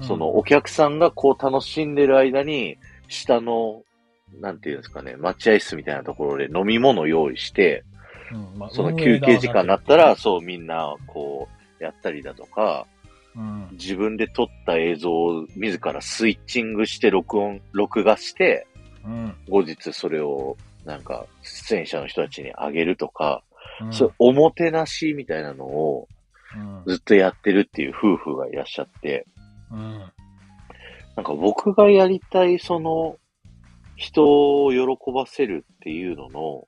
Speaker 2: ん
Speaker 1: そのお客さんがこう楽しんでる間に、下の、なんていうんですかね、待合室みたいなところで飲み物用意して、
Speaker 2: うんまあ
Speaker 1: その
Speaker 2: 運営
Speaker 1: 休
Speaker 2: 側
Speaker 1: 憩時間になったら、、そうみんなこうやったりだとか、
Speaker 2: うん。
Speaker 1: 自分で撮った映像を自らスイッチングして録音、録画して、
Speaker 2: うん。
Speaker 1: 後日それをなんか出演者の人たちにあげるとか、
Speaker 2: うん
Speaker 1: そういうおもてなしみたいなのを
Speaker 2: うん。
Speaker 1: ずっとやってるっていう夫婦がいらっしゃって、
Speaker 2: うん。
Speaker 1: なんか僕がやりたいその人を喜ばせるっていうのの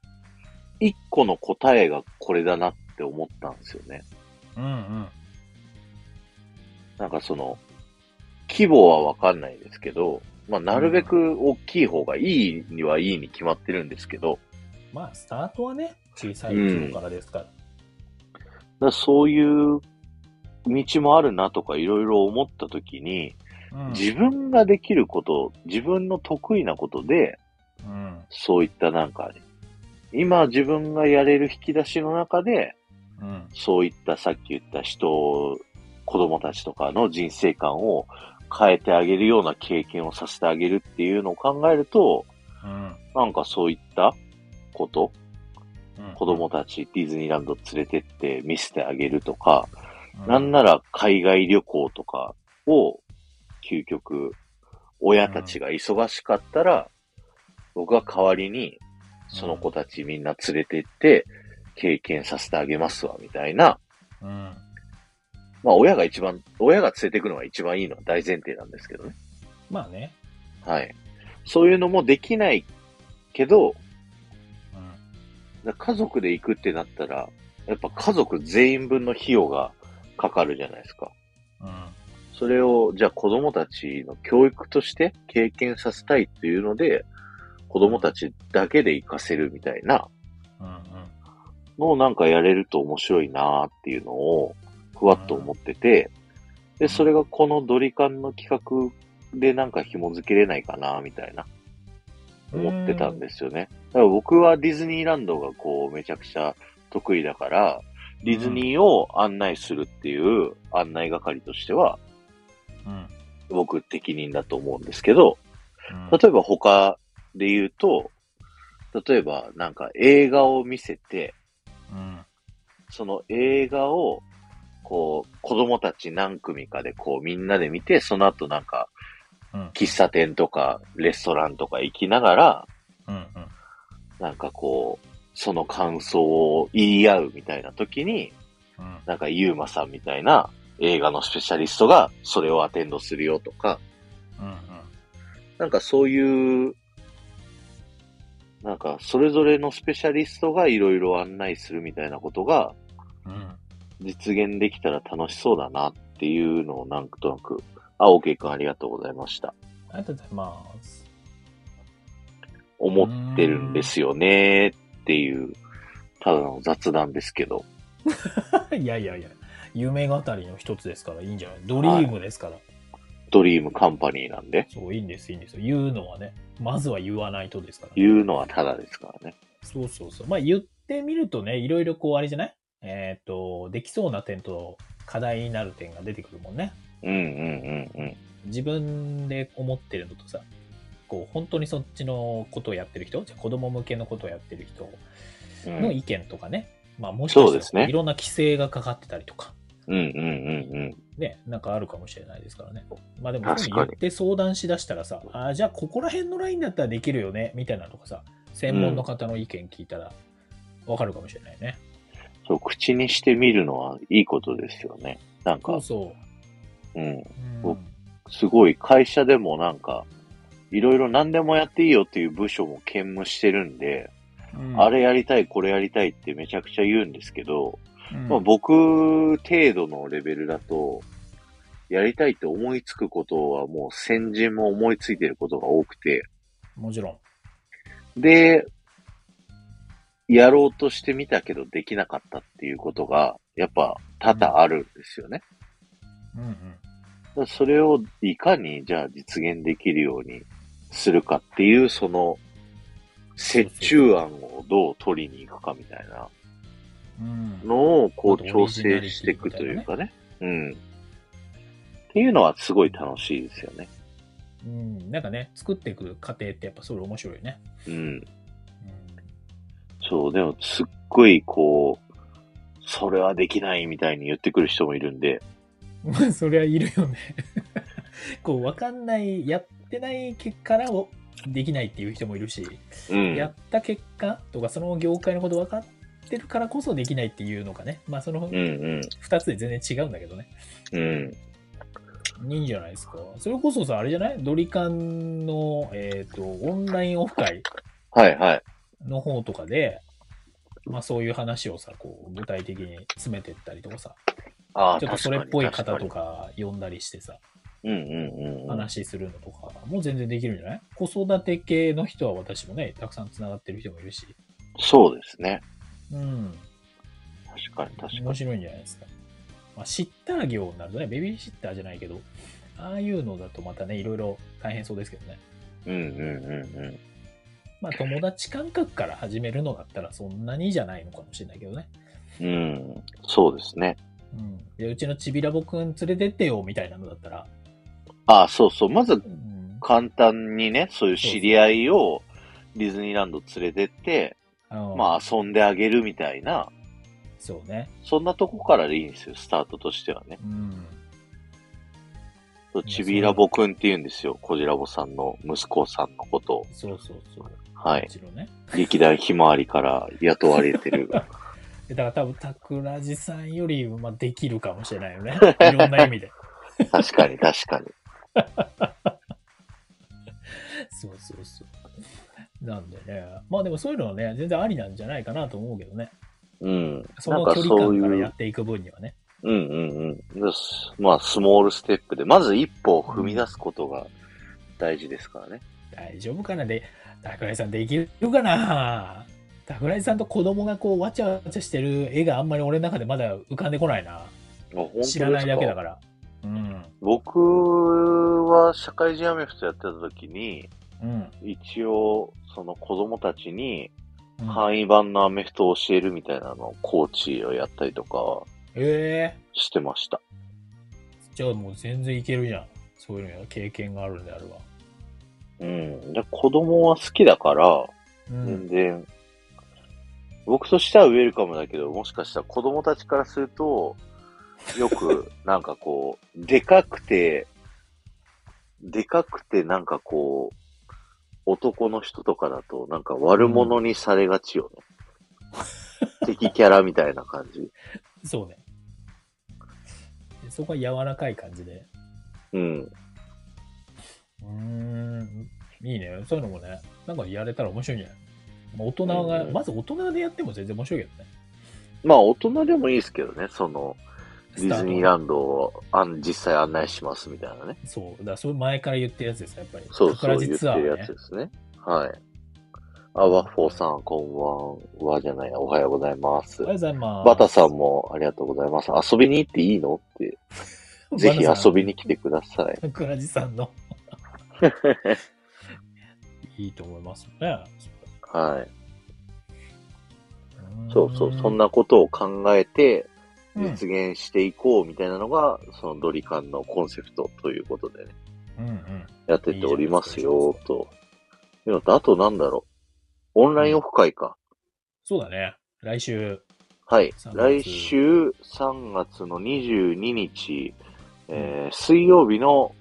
Speaker 1: 一個の答えがこれだなって思ったんですよね。
Speaker 2: うん。
Speaker 1: なんかその、規模はわかんないですけど、まあ、なるべく大きい方がいいにはいいに決まってるんですけど、
Speaker 2: まあ、スタートはね、小さい規模からですから。
Speaker 1: だからそういう道もあるなとかいろいろ思った時に、
Speaker 2: うん。
Speaker 1: 自分ができること、自分の得意なことで、
Speaker 2: うん。
Speaker 1: そういったなんか、今自分がやれる引き出しの中で、
Speaker 2: うん。
Speaker 1: そういったさっき言った人を、子供たちとかの人生観を変えてあげるような経験をさせてあげるっていうのを考えると、
Speaker 2: うん。
Speaker 1: なんかそういったこと、
Speaker 2: うん
Speaker 1: 子供たちディズニーランド連れてって見せてあげるとか、
Speaker 2: う
Speaker 1: なんなら海外旅行とかを、究極、親たちが忙しかったら、僕は代わりに、その子たちみんな連れてって、経験させてあげますわ、みたいな。
Speaker 2: うん。
Speaker 1: まあ、親が一番、親が連れてくのが一番いいのは大前提なんですけどね。
Speaker 2: まあね。
Speaker 1: はい。そういうのもできないけど、だから家族で行くってなったら、やっぱ家族全員分の費用がかかるじゃないですか。
Speaker 2: うん。
Speaker 1: それを、じゃあ子供たちの教育として経験させたいっていうので、子供たちだけで行かせるみたいな
Speaker 2: うんうん。
Speaker 1: のをなんかやれると面白いなーっていうのを、ふわっと思ってて、で、それがこのドリカンの企画でなんか紐付けれないかなーみたいな、思ってたんですよね。だから僕はディズニーランドがこうめちゃくちゃ得意だから、ディズニーを案内するっていう案内係としては、
Speaker 2: うん。うん。
Speaker 1: 僕適任だと思うんですけど、
Speaker 2: うん
Speaker 1: 例えば他で言うと、例えばなんか映画を見せて、
Speaker 2: うん。
Speaker 1: その映画を、こう、子供たち何組かでこうみんなで見て、その後なんか
Speaker 2: うん。
Speaker 1: 喫茶店とかレストランとか行きながら、
Speaker 2: うん。うん。
Speaker 1: なんかこう、その感想を言い合うみたいな時に、
Speaker 2: うん。
Speaker 1: なんかユーマさんみたいな映画のスペシャリストがそれをアテンドするよとか、
Speaker 2: うん。
Speaker 1: なんかそういう、なんかそれぞれのスペシャリストがいろいろ案内するみたいなことが
Speaker 2: うん。
Speaker 1: 実現できたら楽しそうだなっていうのをなんとなく、あ、OK 君ありがとうございました。
Speaker 2: ありがとうございます。
Speaker 1: 思ってるんですよねっていう、ただの雑談ですけど。
Speaker 2: いやいやいや、夢語りの一つですから、いいんじゃないドリームですから。
Speaker 1: ドリームカンパニーなんで、
Speaker 2: そう、いいんです、いいんです。言うのはね、まずは言わないとですから、
Speaker 1: 言うのはただですからね。
Speaker 2: そうそうそう。まあ、言ってみるとね、いろいろこう、あれじゃないえっ、と、できそうな点と課題になる点が出てくるもんね。
Speaker 1: うんうんうんうん。
Speaker 2: 自分で思ってるのとさ、こう、本当にそっちのことをやってる人、じゃあ子供向けのことをやってる人
Speaker 1: うん
Speaker 2: の意見とかね、まあ、もしか
Speaker 1: そうで
Speaker 2: し
Speaker 1: す
Speaker 2: たら
Speaker 1: ね
Speaker 2: いろんな規制がかかってたりとか、
Speaker 1: うんうんうんうん。
Speaker 2: ね、なんかあるかもしれないですからね。まあでも、
Speaker 1: 確か
Speaker 2: そうい
Speaker 1: に
Speaker 2: うの言って相談しだしたらさ、あーじゃあここら辺のラインだったらできるよね、みたいなとかさ、専門の方の意見聞いたらわかるかもしれないね。
Speaker 1: そう、口にしてみるのはいいことですよね。なん
Speaker 2: そ
Speaker 1: か
Speaker 2: う、そ
Speaker 1: うん。
Speaker 2: う。うん
Speaker 1: 僕すごい会社でもなんか、いろいろ何でもやっていいよっていう部署も兼務してるんで、あ、れやりたい、これやりたいってめちゃくちゃ言うんですけど、
Speaker 2: うん
Speaker 1: まあ、僕程度のレベルだと、やりたいって思いつくことはもう先人も思いついてることが多くて、
Speaker 2: もちろん。
Speaker 1: で、やろうとしてみたけどできなかったっていうことが、やっぱ多々あるんですよね。
Speaker 2: うんうん。
Speaker 1: だからそれをいかにじゃあ実現できるようにするかっていう、その、折衷案をどう取りに行くかみたいな
Speaker 2: うん、
Speaker 1: のをこう
Speaker 2: あと
Speaker 1: 調
Speaker 2: オリジナ
Speaker 1: 整
Speaker 2: リ
Speaker 1: し
Speaker 2: テ
Speaker 1: てい
Speaker 2: ィみ
Speaker 1: く
Speaker 2: た
Speaker 1: と
Speaker 2: いなね
Speaker 1: いうかね。うん。っていうのはすごい楽しいですよね。
Speaker 2: うん。なんかね、作っていく過程ってやっぱそれ面白いね。
Speaker 1: うん。
Speaker 2: うん
Speaker 1: そう、でもすっごいこう、それはできないみたいに言ってくる人もいるんで、
Speaker 2: まあ、そりゃいるよね。 こう、わかんない、やってない結果からをできないっていう人もいるし。
Speaker 1: うん。
Speaker 2: やった結果とかその業界のこと分かってるからこそできないっていうのかねまあその
Speaker 1: うんうん。
Speaker 2: 2つで全然違うんだけどね
Speaker 1: うん。
Speaker 2: いいんじゃないですかそれこそさあれじゃないドリカンのえっ、とオンラインオフ会
Speaker 1: はいはい。
Speaker 2: の方とかでまあそういう話をさこう具体的に詰めてったりとかさ
Speaker 1: ああ、
Speaker 2: ちょっと
Speaker 1: 確
Speaker 2: そ
Speaker 1: か
Speaker 2: れ
Speaker 1: に
Speaker 2: っぽい
Speaker 1: 確か
Speaker 2: 方
Speaker 1: に
Speaker 2: とか呼んだりしてさ
Speaker 1: うんうんうんうん。
Speaker 2: 話するのとかもう全然できるんじゃない子育て系の人は私もねたくさんつながってる人もいるし
Speaker 1: そうですね。
Speaker 2: うん
Speaker 1: 確かに確かに
Speaker 2: 面。白いんじゃないですか。まあ、シッター業になるとね、ベビーシッターじゃないけど、ああいうのだとまたね、いろいろ大変そうですけどね。
Speaker 1: うんうんうんうん。
Speaker 2: まあ、友達感覚から始めるのだったらそんなにじゃないのかもしれないけどね。
Speaker 1: うん、そうですね。
Speaker 2: うん。で、うちのちびらぼくん連れてってよ、みたいなのだったら。
Speaker 1: あそうそう。まず
Speaker 2: うん。
Speaker 1: 簡単にね、そういう知り合いをディズニーランド連れてって、
Speaker 2: あの
Speaker 1: まあ遊んであげるみたいな、
Speaker 2: そうね。
Speaker 1: そんなとこからでいいんですよ、スタートとしてはね。
Speaker 2: うん。
Speaker 1: ちびらぼくんって言うんですよ、こじらぼさんの息子さんのことを。
Speaker 2: そうそうそう。も
Speaker 1: はい。
Speaker 2: ちろんね。
Speaker 1: 劇団ひまわりから雇われて る。
Speaker 2: でだから多分、タクラジさんより、まあ、できるかもしれな いよね。いろんな意味で。
Speaker 1: 確かに確かに。
Speaker 2: そうそうそう。なんでね。まあでもそういうのはね、全然ありなんじゃないかなと思うけどね。
Speaker 1: うん。
Speaker 2: そ
Speaker 1: なん
Speaker 2: の
Speaker 1: か
Speaker 2: 距離
Speaker 1: そう
Speaker 2: 感
Speaker 1: い
Speaker 2: からや
Speaker 1: う
Speaker 2: っ、ていく分にはね。
Speaker 1: うんうんうん。よしまあ、スモールステップで、まず一歩を踏み出すことが大事ですからね。
Speaker 2: 大丈夫かなで、桜井さんできるかな桜井さんと子供がこう、わちゃわちゃしてる絵があんまり俺の中でまだ浮かんでこないな。
Speaker 1: あ本当です。
Speaker 2: 知らないだけだからら。うん。
Speaker 1: 僕は社会人アメフトやってた時に、
Speaker 2: うん。
Speaker 1: 一応、その子供たちに
Speaker 2: うん
Speaker 1: 簡易版のアメフトを教えるみたいなのをコーチをやったりとか
Speaker 2: ええ
Speaker 1: してました。
Speaker 2: じゃあもう全然いけるじゃん。そういうのや経験があるんであれば。
Speaker 1: うん。で子供は好きだから、
Speaker 2: う
Speaker 1: 全
Speaker 2: ん。
Speaker 1: 然、僕としてはウェルカムだけど、もしかしたら子供たちからすると、よ く、なんかこう、でかくて、でかくてなんかこう、男の人とかだと、なんか悪者にされがちよね。敵キャラみたいな感じ。
Speaker 2: そうね。そこは柔らかい感じで。
Speaker 1: うん。
Speaker 2: うーん。いいね。そういうのもね、なんかやれたら面白いんじゃないまあ大人が、
Speaker 1: うん
Speaker 2: まず大人でやっても全然面白いけどね。
Speaker 1: まあ、大人でもいいですけどね、その、デ
Speaker 2: スタ
Speaker 1: ィズニー
Speaker 2: ート。
Speaker 1: ランドをあん実際案内しますみたいなね。
Speaker 2: そう。だからそれ前から言ってるやつですね、やっぱり。
Speaker 1: そうそう、
Speaker 2: 桜
Speaker 1: 言
Speaker 2: 地
Speaker 1: って
Speaker 2: ツアー
Speaker 1: る
Speaker 2: は
Speaker 1: や
Speaker 2: ね
Speaker 1: つ。ですね。はい。あ、ワッフォーさん、こんばんはじゃない、おはようございます
Speaker 2: おはよう。ございます。
Speaker 1: バタさんもありがとうございます。遊びに行っていいのって、
Speaker 2: バタ
Speaker 1: ぜ
Speaker 2: さん、
Speaker 1: ひ遊びに来てください。
Speaker 2: 桜地さんの。 いいと思いますね。
Speaker 1: はい。そうそう、そんなことを考えて、
Speaker 2: うん
Speaker 1: 実現していこうみたいなのが、そのドリカンのコンセプトということでね、
Speaker 2: うんうん。
Speaker 1: やってっておりますよ、と。でもあとなんだろう。オンラインオフ会か。
Speaker 2: そうだね。来週。
Speaker 1: はい
Speaker 2: 3。月
Speaker 1: 来週3月の22日、えー水曜日の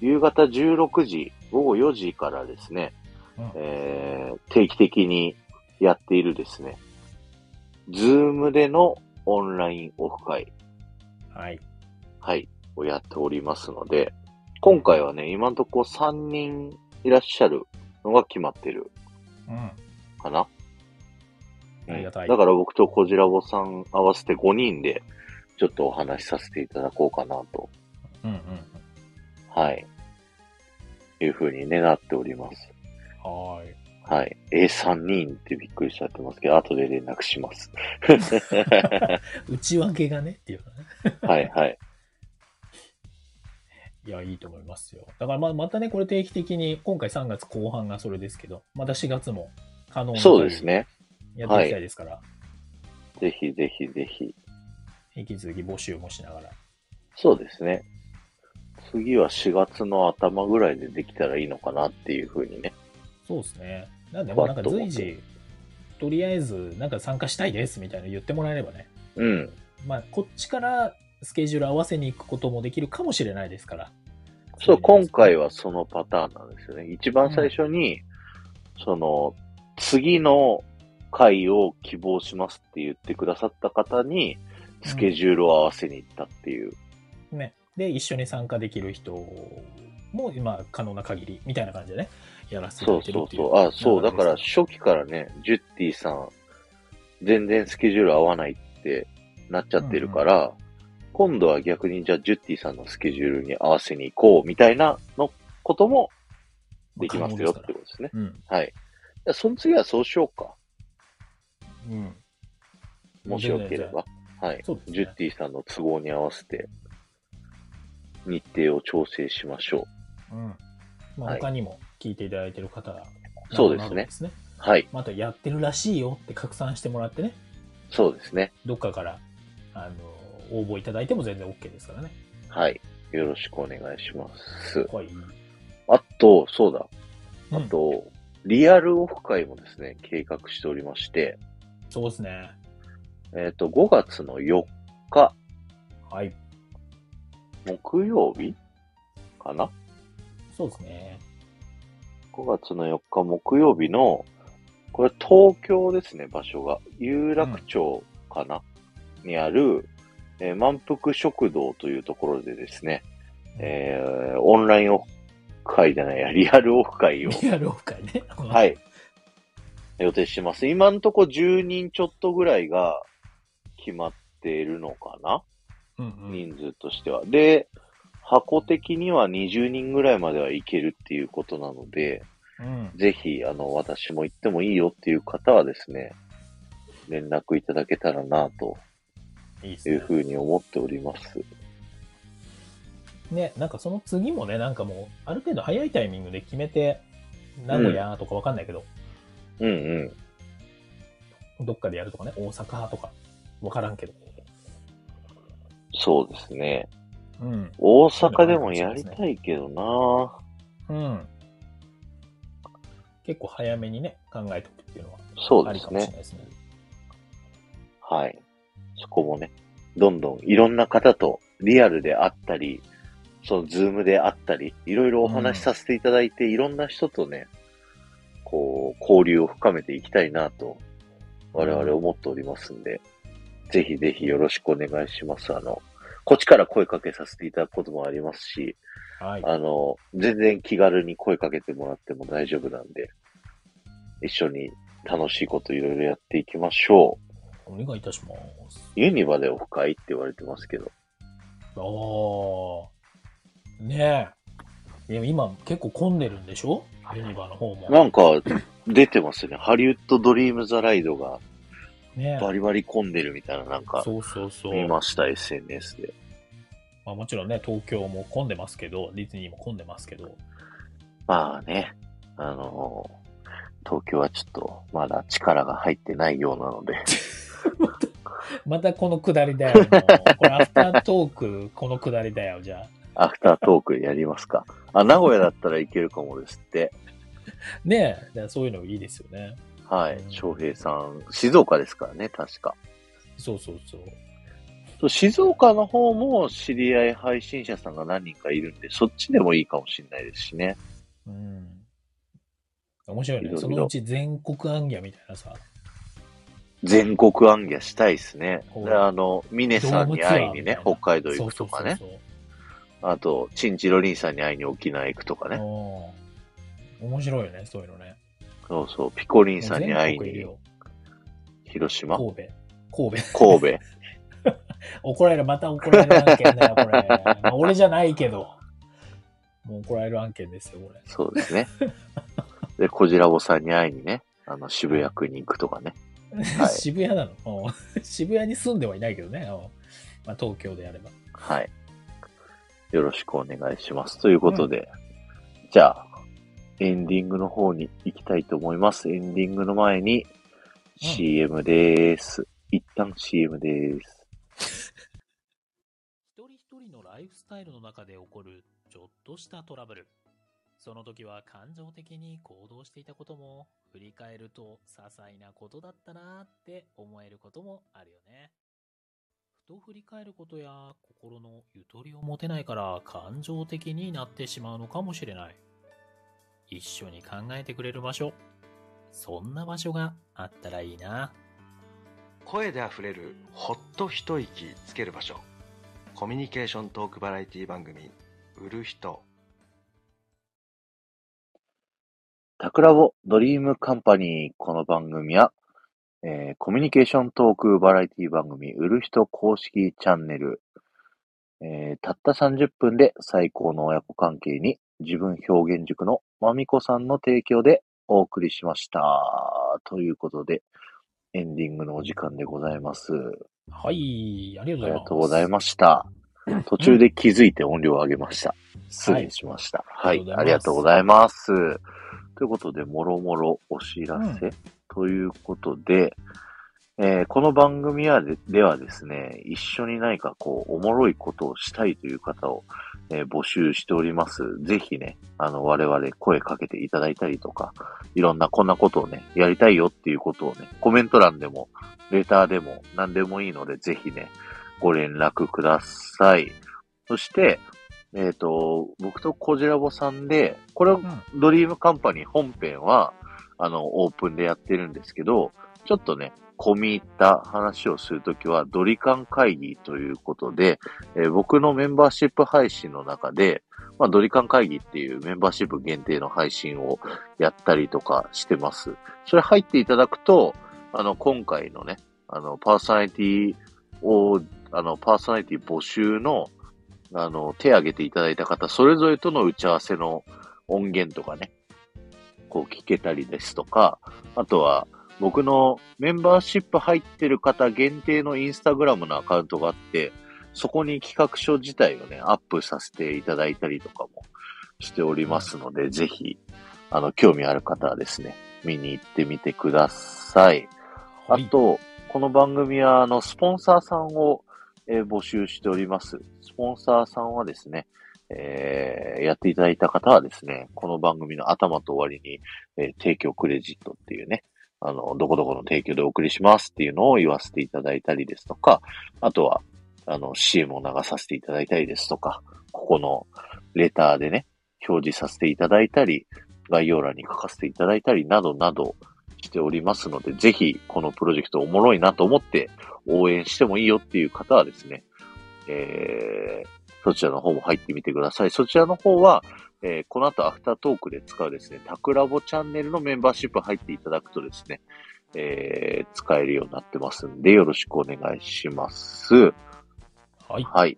Speaker 1: 夕方16時、午後4時からですね、
Speaker 2: うん
Speaker 1: えー定期的にやっているですね、ズームでのオンラインオフ会、
Speaker 2: はい。
Speaker 1: はい、をやっておりますので、今回はね、今んとこ3人いらっしゃるのが決まってる
Speaker 2: うん。
Speaker 1: かな。
Speaker 2: ありがたい
Speaker 1: だから僕とコジラボさん合わせて5人で、ちょっとお話しさせていただこうかなと、
Speaker 2: うんうん
Speaker 1: はい。いうふうに願っております。
Speaker 2: うん。はーい。
Speaker 1: はい。A3 人ってびっくりしちゃってますけど、後で連絡し ます。
Speaker 2: 内訳がねっていうかね。
Speaker 1: はいはい。
Speaker 2: いや、いいと思いますよ。だからまあまたね、これ定期的に、今回3月後半がそれですけど、また4月も可能な
Speaker 1: そうですね。
Speaker 2: 限りやっていきたいですから、
Speaker 1: ぜひぜひぜひ。
Speaker 2: 引き続き募集もしながら。
Speaker 1: そうですね。次は4月の頭ぐらいでできたらいいのかなっていうふうにね。
Speaker 2: そうですね。なんで、もうなんか随時、とりあえず、なんか参加したいですみたいなの言ってもらえればね。
Speaker 1: うん。
Speaker 2: まあ、こっちからスケジュール合わせに行くこともできるかもしれないですから。
Speaker 1: そう、今回
Speaker 2: は。
Speaker 1: はそのパターンなんですよね。一番最初に、その、次の回を希望しますって言ってくださった方に、
Speaker 2: うん
Speaker 1: スケジュールを合わせに行ったっていう。
Speaker 2: ね、で一緒に参加できる人も今可能な限りみたいな感じでねやらせていた
Speaker 1: そ
Speaker 2: だ
Speaker 1: うそう
Speaker 2: いてるっていう
Speaker 1: そう。あ、そう、だから
Speaker 2: 流れです
Speaker 1: 初期からね、ジュッティさん、全然スケジュール合わないってなっちゃってるから、今度は逆にじゃあジュッティさんのスケジュールに合わせに行こうみたいなのこともできますよってことですね。
Speaker 2: うん、
Speaker 1: はい。じゃあその次はそうしようか。
Speaker 2: うん、
Speaker 1: もしよければ。はい。
Speaker 2: そうですね
Speaker 1: ジュッティさんの都合に合わせて、日程を調整しましょ
Speaker 2: うんまあ、
Speaker 1: はい
Speaker 2: 他にも聞いていただいてる方が、
Speaker 1: そうですね
Speaker 2: などなどね
Speaker 1: う。はい。
Speaker 2: まああとやってるらしいよって拡散してもらってね
Speaker 1: そうですね。
Speaker 2: どっかからあの応募いただいても全然 OK ですからね
Speaker 1: はい。よろしくお願いします。
Speaker 2: はい、
Speaker 1: あと、そうだ。
Speaker 2: う
Speaker 1: あ
Speaker 2: ん、
Speaker 1: と、リアルオフ会もですね、計画しておりまして、
Speaker 2: そうですね
Speaker 1: えっ、と、5月の4日、
Speaker 2: はい
Speaker 1: 木曜日かな
Speaker 2: そうですね
Speaker 1: ?5 月の4日木曜日の、これ東京ですね、場所が。有楽町かな、にある、えー満腹食堂というところでですね、えー、オンラインオフ会じゃないや、リアルオフ会を、
Speaker 2: リアルオフ会ね
Speaker 1: はい、予定してます。今んとこ10人ちょっとぐらいが決まっているのかな、
Speaker 2: うんうん。
Speaker 1: 人数としては。で、箱的には20人ぐらいまではいけるっていうことなので、
Speaker 2: うん。
Speaker 1: ぜひ、あの、私も行ってもいいよっていう方はですね、連絡いただけたらなと
Speaker 2: いいっす
Speaker 1: いう
Speaker 2: ね。
Speaker 1: ふうに思っております。
Speaker 2: ね、なんかその次もね、なんかもう、ある程度早いタイミングで決めて、名古屋とかわかんないけど、
Speaker 1: うんうん。
Speaker 2: どっかでやるとかね、大阪とか、わからんけど。
Speaker 1: そうですね。
Speaker 2: うん。
Speaker 1: 大阪でもやりたいけどなぁ。
Speaker 2: うん。結構早めにね、考えておくっていうのは、
Speaker 1: そう
Speaker 2: あ
Speaker 1: で
Speaker 2: り
Speaker 1: す
Speaker 2: かもし
Speaker 1: ね。
Speaker 2: れないですね。
Speaker 1: はい。そこもね、どんどんいろんな方とリアルであったり、そのズームであったり、いろいろお話しさせていただいて、いろんな人とね、こう、交流を深めていきたいなと、我々思っておりますんで、ぜひぜひよろしくお願いします。あの、こっちから声かけさせていただくこともありますし、
Speaker 2: はい。
Speaker 1: あの、全然気軽に声かけてもらっても大丈夫なんで、一緒に楽しいこといろいろやっていきましょう。
Speaker 2: お願いいたします。
Speaker 1: ユニバでオフ会って言われてますけど。
Speaker 2: ああ。ねえ。でも今結構混んでるんでしょユニバの方も。
Speaker 1: なんか、出てますよね。ハリウッドドリームザライドが
Speaker 2: ねえ。
Speaker 1: バリバリ混んでるみたいななんか、
Speaker 2: そうそうそう。
Speaker 1: 見ました、SNS で。
Speaker 2: まあ、もちろんね、東京も混んでますけど、ディズニーも混んでますけど、
Speaker 1: まあね、あのー東京はちょっとまだ力が入ってないようなの で、
Speaker 2: またこの下りだよ。もうこれアフタートーク、この下りだよ、じゃあ。
Speaker 1: アフタートークやりますか。あ、名古屋だったらいけるかもですって。
Speaker 2: ねえ、だからそういうのいいですよね。
Speaker 1: はい。翔平さん、静岡ですからね、確か。
Speaker 2: そうそうそう。
Speaker 1: そう静岡の方も知り合い配信者さんが何人かいるんで、そっちでもいいかもしれないですしね。
Speaker 2: うん。面白い
Speaker 1: いろい
Speaker 2: ね。
Speaker 1: ろ
Speaker 2: そのうち全国暗夜みたいなさ、
Speaker 1: 全国暗夜したいですね。
Speaker 2: ほう
Speaker 1: であの、ミネさんに会いにね、
Speaker 2: ド
Speaker 1: 北
Speaker 2: ームツ
Speaker 1: 海道
Speaker 2: そ
Speaker 1: 行
Speaker 2: う
Speaker 1: くと
Speaker 2: そう
Speaker 1: か
Speaker 2: そう
Speaker 1: ね。
Speaker 2: そう。
Speaker 1: あと、チンチロリンさんに会いに沖縄行くとかね。
Speaker 2: うん面白いよね、そういうのね。
Speaker 1: そうそう、ピコリンさんに
Speaker 2: 全
Speaker 1: 会い
Speaker 2: 国いる
Speaker 1: に
Speaker 2: よ。
Speaker 1: 広島、
Speaker 2: 神戸。神戸。
Speaker 1: 神戸。
Speaker 2: 怒られる、また怒られる案件だよ、こ れ。まあ俺じゃないけど。もう怒られる案件ですよ、これ。
Speaker 1: そうです ね。で、こじらぼさんに会いにね、あの、渋谷区に行くとか ね。はい
Speaker 2: 渋谷なのうん 渋谷に住んではいないけどね。うんまあ、東京でやれば。
Speaker 1: はい。よろしくお願いします。ということで、じゃあ、エンディングの方に行きたいと思います。エンディングの前に、CM でーす。一旦 CM でーす。
Speaker 2: 一人一人のライフスタイルの中で起こるちょっとしたトラブル。その時は感情的に行動していたことも、振り返ると些細なことだったなって思えることもあるよね。ふと振り返ることや心のゆとりを持てないから感情的になってしまうのかもしれない。一緒に考えてくれる場所。そんな場所があったらいいな。
Speaker 3: 声であふれるほっと一息つける場所コミュニケーショントークバラエティ番組「売る人
Speaker 1: タクラボドリームカンパニー。この番組は、えーコミュニケーショントークバラエティ番組、売る人公式チャンネル。えーたった30分で最高の親子関係に自分表現塾のまみこさんの提供でお送りしました。ということで、エンディングのお時間でございます。
Speaker 2: はい、ありが
Speaker 1: ありがとうございました。途中で気づいて音量を上げました。失礼しました。は、
Speaker 2: はいい
Speaker 1: あ
Speaker 2: あ
Speaker 1: り
Speaker 2: り
Speaker 1: が
Speaker 2: が
Speaker 1: と
Speaker 2: と
Speaker 1: う
Speaker 2: う
Speaker 1: ご
Speaker 2: ご
Speaker 1: ざいます。ということで、もろもろお知らせ、
Speaker 2: う
Speaker 1: ということで、えーこの番組はでではですね、一緒に何かこう、おもろいことをしたいという方を、えー募集しております。ぜひね、あの、我々声かけていただいたりとか、いろんなこんなことをね、やりたいよっていうことをね、コメント欄でも、レターでも、何でもいいので、ぜひね、ご連絡ください。そして、えっ、と、僕とコジラボさんで、これ、
Speaker 2: ん
Speaker 1: ドリームカンパニー本編は、あの、オープンでやってるんですけど、ちょっとね、込み入った話をするときは、ドリカン会議ということで、えー僕のメンバーシップ配信の中で、まあ、ドリカン会議っていうメンバーシップ限定の配信をやったりとかしてます。それ入っていただくと、あの、今回のね、あの、パーソナリティを、あの、パーソナリティ募集の、あの、手挙げていただいた方、それぞれとの打ち合わせの音源とかね、こう聞けたりですとか、あとは、僕のメンバーシップ入ってる方限定のインスタグラムのアカウントがあって、そこに企画書自体をね、アップさせていただいたりとかもしておりますので、ぜひ、あの、興味ある方はですね、見に行ってみてください。あ
Speaker 2: はい。
Speaker 1: と、この番組は、あの、スポンサーさんを、えー募集しております。スポンサーさんはですね、えーやっていただいた方はですね、この番組の頭と終わりに、えー提供クレジットっていうね、あの、どこどこの提供でお送りしますっていうのを言わせていただいたりですとか、あとは、あの、CM を流させていただいたりですとか、ここのレターでね、表示させていただいたり、概要欄に書かせていただいたりなどなど、しておりますので、ぜひこのプロジェクトおもろいなと思って応援してもいいよっていう方はですね、えー、そちらの方も入ってみてください。そちらの方は、えーこの後アフタートークで使うですね、タクラボチャンネルのメンバーシップ入っていただくとですね、えー、使えるようになってますんで、よろしくお願いします。
Speaker 2: はい。
Speaker 1: はい。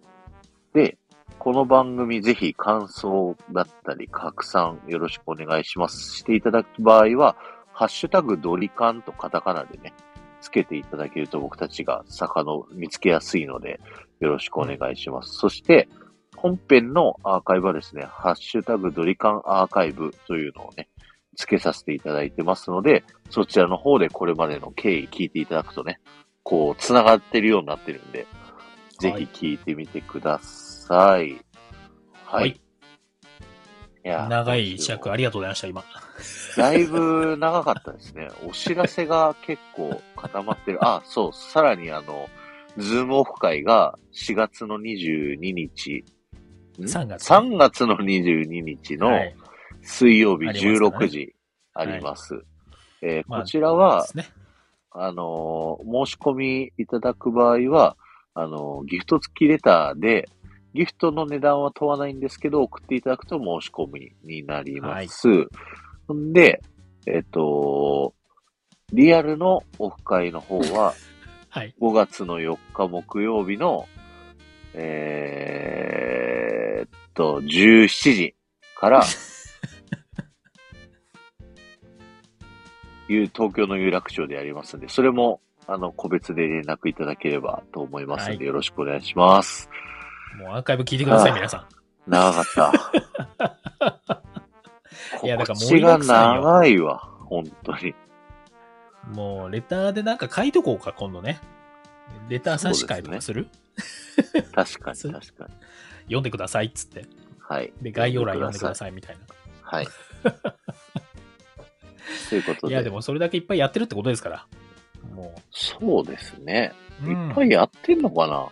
Speaker 1: で、この番組ぜひ感想だったり拡散よろしくお願いします。していただく場合は、ハッシュタグドリカンとカタカナでね、つけていただけると僕たちが魚を見つけやすいので、よろしくお願いします。そして、本編のアーカイブはですね、ハッシュタグドリカンアーカイブというのをね、つけさせていただいてますので、そちらの方でこれまでの経緯聞いていただくとね、こう、つながってるようになってるんで、ぜ
Speaker 2: はい
Speaker 1: ひ聞いてみてください。はい。
Speaker 2: はい
Speaker 1: やー
Speaker 2: 長い
Speaker 1: どうしよう
Speaker 2: 尺ありがとうございました、今。
Speaker 1: だいぶ長かったですね。 お知らせが結構固まってる。あ、そう、さらにあの、ズームオフ会が4月の22日、ん
Speaker 2: 3月
Speaker 1: 3月の22日の
Speaker 2: はい
Speaker 1: 水曜日
Speaker 2: ありますからね
Speaker 1: 16時あります。えー
Speaker 2: まあ
Speaker 1: こちらは、
Speaker 2: そうですね
Speaker 1: あのー申し込みいただく場合は、あのーギフト付きレターで、ギフトの値段は問わないんですけど、送っていただくと申し込みになります。んで、えっと、リアルのオフ会の方は、
Speaker 2: はい。
Speaker 1: 5月の4日木曜日の、えーっと、17時 から、いう東京の有楽町でやりますんで、それも、あの、個別で連絡いただければと思いますんで、
Speaker 2: はい
Speaker 1: よろしくお願いします。
Speaker 2: もうアーカイブ聞いてください、
Speaker 1: あー
Speaker 2: 皆さ
Speaker 1: 長かった。
Speaker 2: いやだから
Speaker 1: 告
Speaker 2: 盛
Speaker 1: 知
Speaker 2: りだ
Speaker 1: が
Speaker 2: くさんよ
Speaker 1: 長いわ、本当に。
Speaker 2: ん。もう、レターでなんか書いとこうか、今度ね。レター差し替えとかする
Speaker 1: 確かに、
Speaker 2: そう
Speaker 1: 確かに。
Speaker 2: 読んでくださいっつって。
Speaker 1: はい。
Speaker 2: で、概要欄読んでくだ
Speaker 1: い。
Speaker 2: さいみたいな。
Speaker 1: はい。ということ
Speaker 2: い
Speaker 1: で。
Speaker 2: や、でもそれだけいっぱいやってるってことですから。も
Speaker 1: そうですね。
Speaker 2: う。
Speaker 1: いっ
Speaker 2: うん
Speaker 1: ぱいやってんのかな、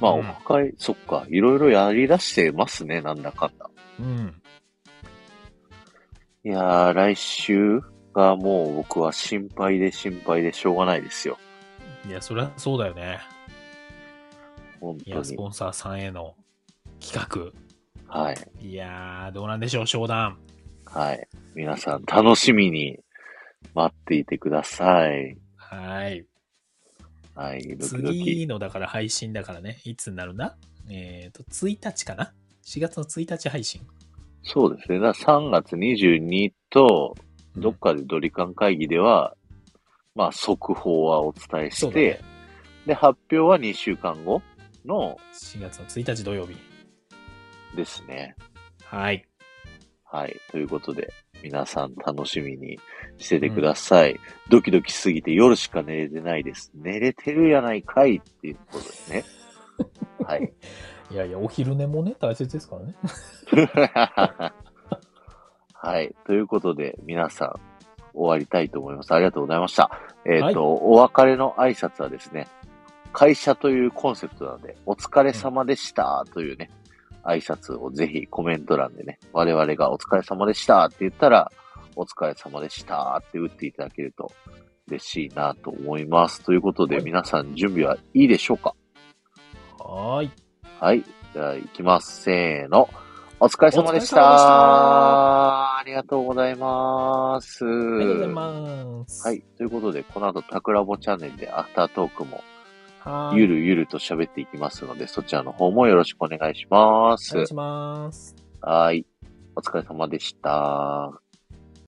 Speaker 1: まあ、
Speaker 2: うん
Speaker 1: オフ会、そっか、いろいろやり出してますね、なんだかんだ。
Speaker 2: うん。
Speaker 1: いやー、来週がもう僕は心配で心配でしょうがないですよ。
Speaker 2: いや、そりゃそうだよね。
Speaker 1: 本
Speaker 2: い
Speaker 1: 当
Speaker 2: や、ス
Speaker 1: に。
Speaker 2: ポンサーさんへの企
Speaker 1: はい。
Speaker 2: 画。いやー、どうなんでしょう、商談。
Speaker 1: はい。皆さん、楽しみに待っていてください。
Speaker 2: はい。
Speaker 1: はい、ドキドキ。
Speaker 2: 次の、だから配信だからね。いつになるんだえっ、と、1日かな ?4 月の1日配信。
Speaker 1: そうですね。だから3月22と、
Speaker 2: うん
Speaker 1: どっかでドリカン会議では、まあ、速報はお伝え
Speaker 2: そ
Speaker 1: し
Speaker 2: うだ
Speaker 1: て、
Speaker 2: ね。
Speaker 1: で、発表は2週間後の
Speaker 2: 4月の1日土曜日。
Speaker 1: ですね。
Speaker 2: はい。
Speaker 1: はい。ということで、皆さん楽しみにしててください。ドキドキしすぎて夜しか寝れてないです。寝れてるやないかいっていうことです ね。はい。
Speaker 2: いやいや、お昼寝もね、大切ですからね。
Speaker 1: はい。ということで、皆さん、終わりたいと思います。ありがとうございました。えっ、と、
Speaker 2: はい
Speaker 1: お別れの挨拶はですね、会社というコンセプトなので、お疲れ様でしたというね、挨拶をぜひコメント欄でね、我々がお疲れ様でしたって言ったら、お疲れ様でしたって打っていただけると嬉しいなと思います。ということで、
Speaker 2: はい
Speaker 1: 皆さん準備はいいでしょうか
Speaker 2: はーい。
Speaker 1: はい。じゃあ、行きます。せーの。お疲れ様でした
Speaker 2: お疲れ様でした
Speaker 1: ありがとうございます。あ
Speaker 2: あ
Speaker 1: り
Speaker 2: りがとうございます。
Speaker 1: はい。。ということで、この後、タクラボチャンネルでアフタートークも
Speaker 2: はーい。
Speaker 1: ゆるゆると喋っていきますので、そちらの方もよろしくお願いしま
Speaker 2: お願い
Speaker 1: す
Speaker 2: し。ます。
Speaker 1: はい。お疲れ様でした。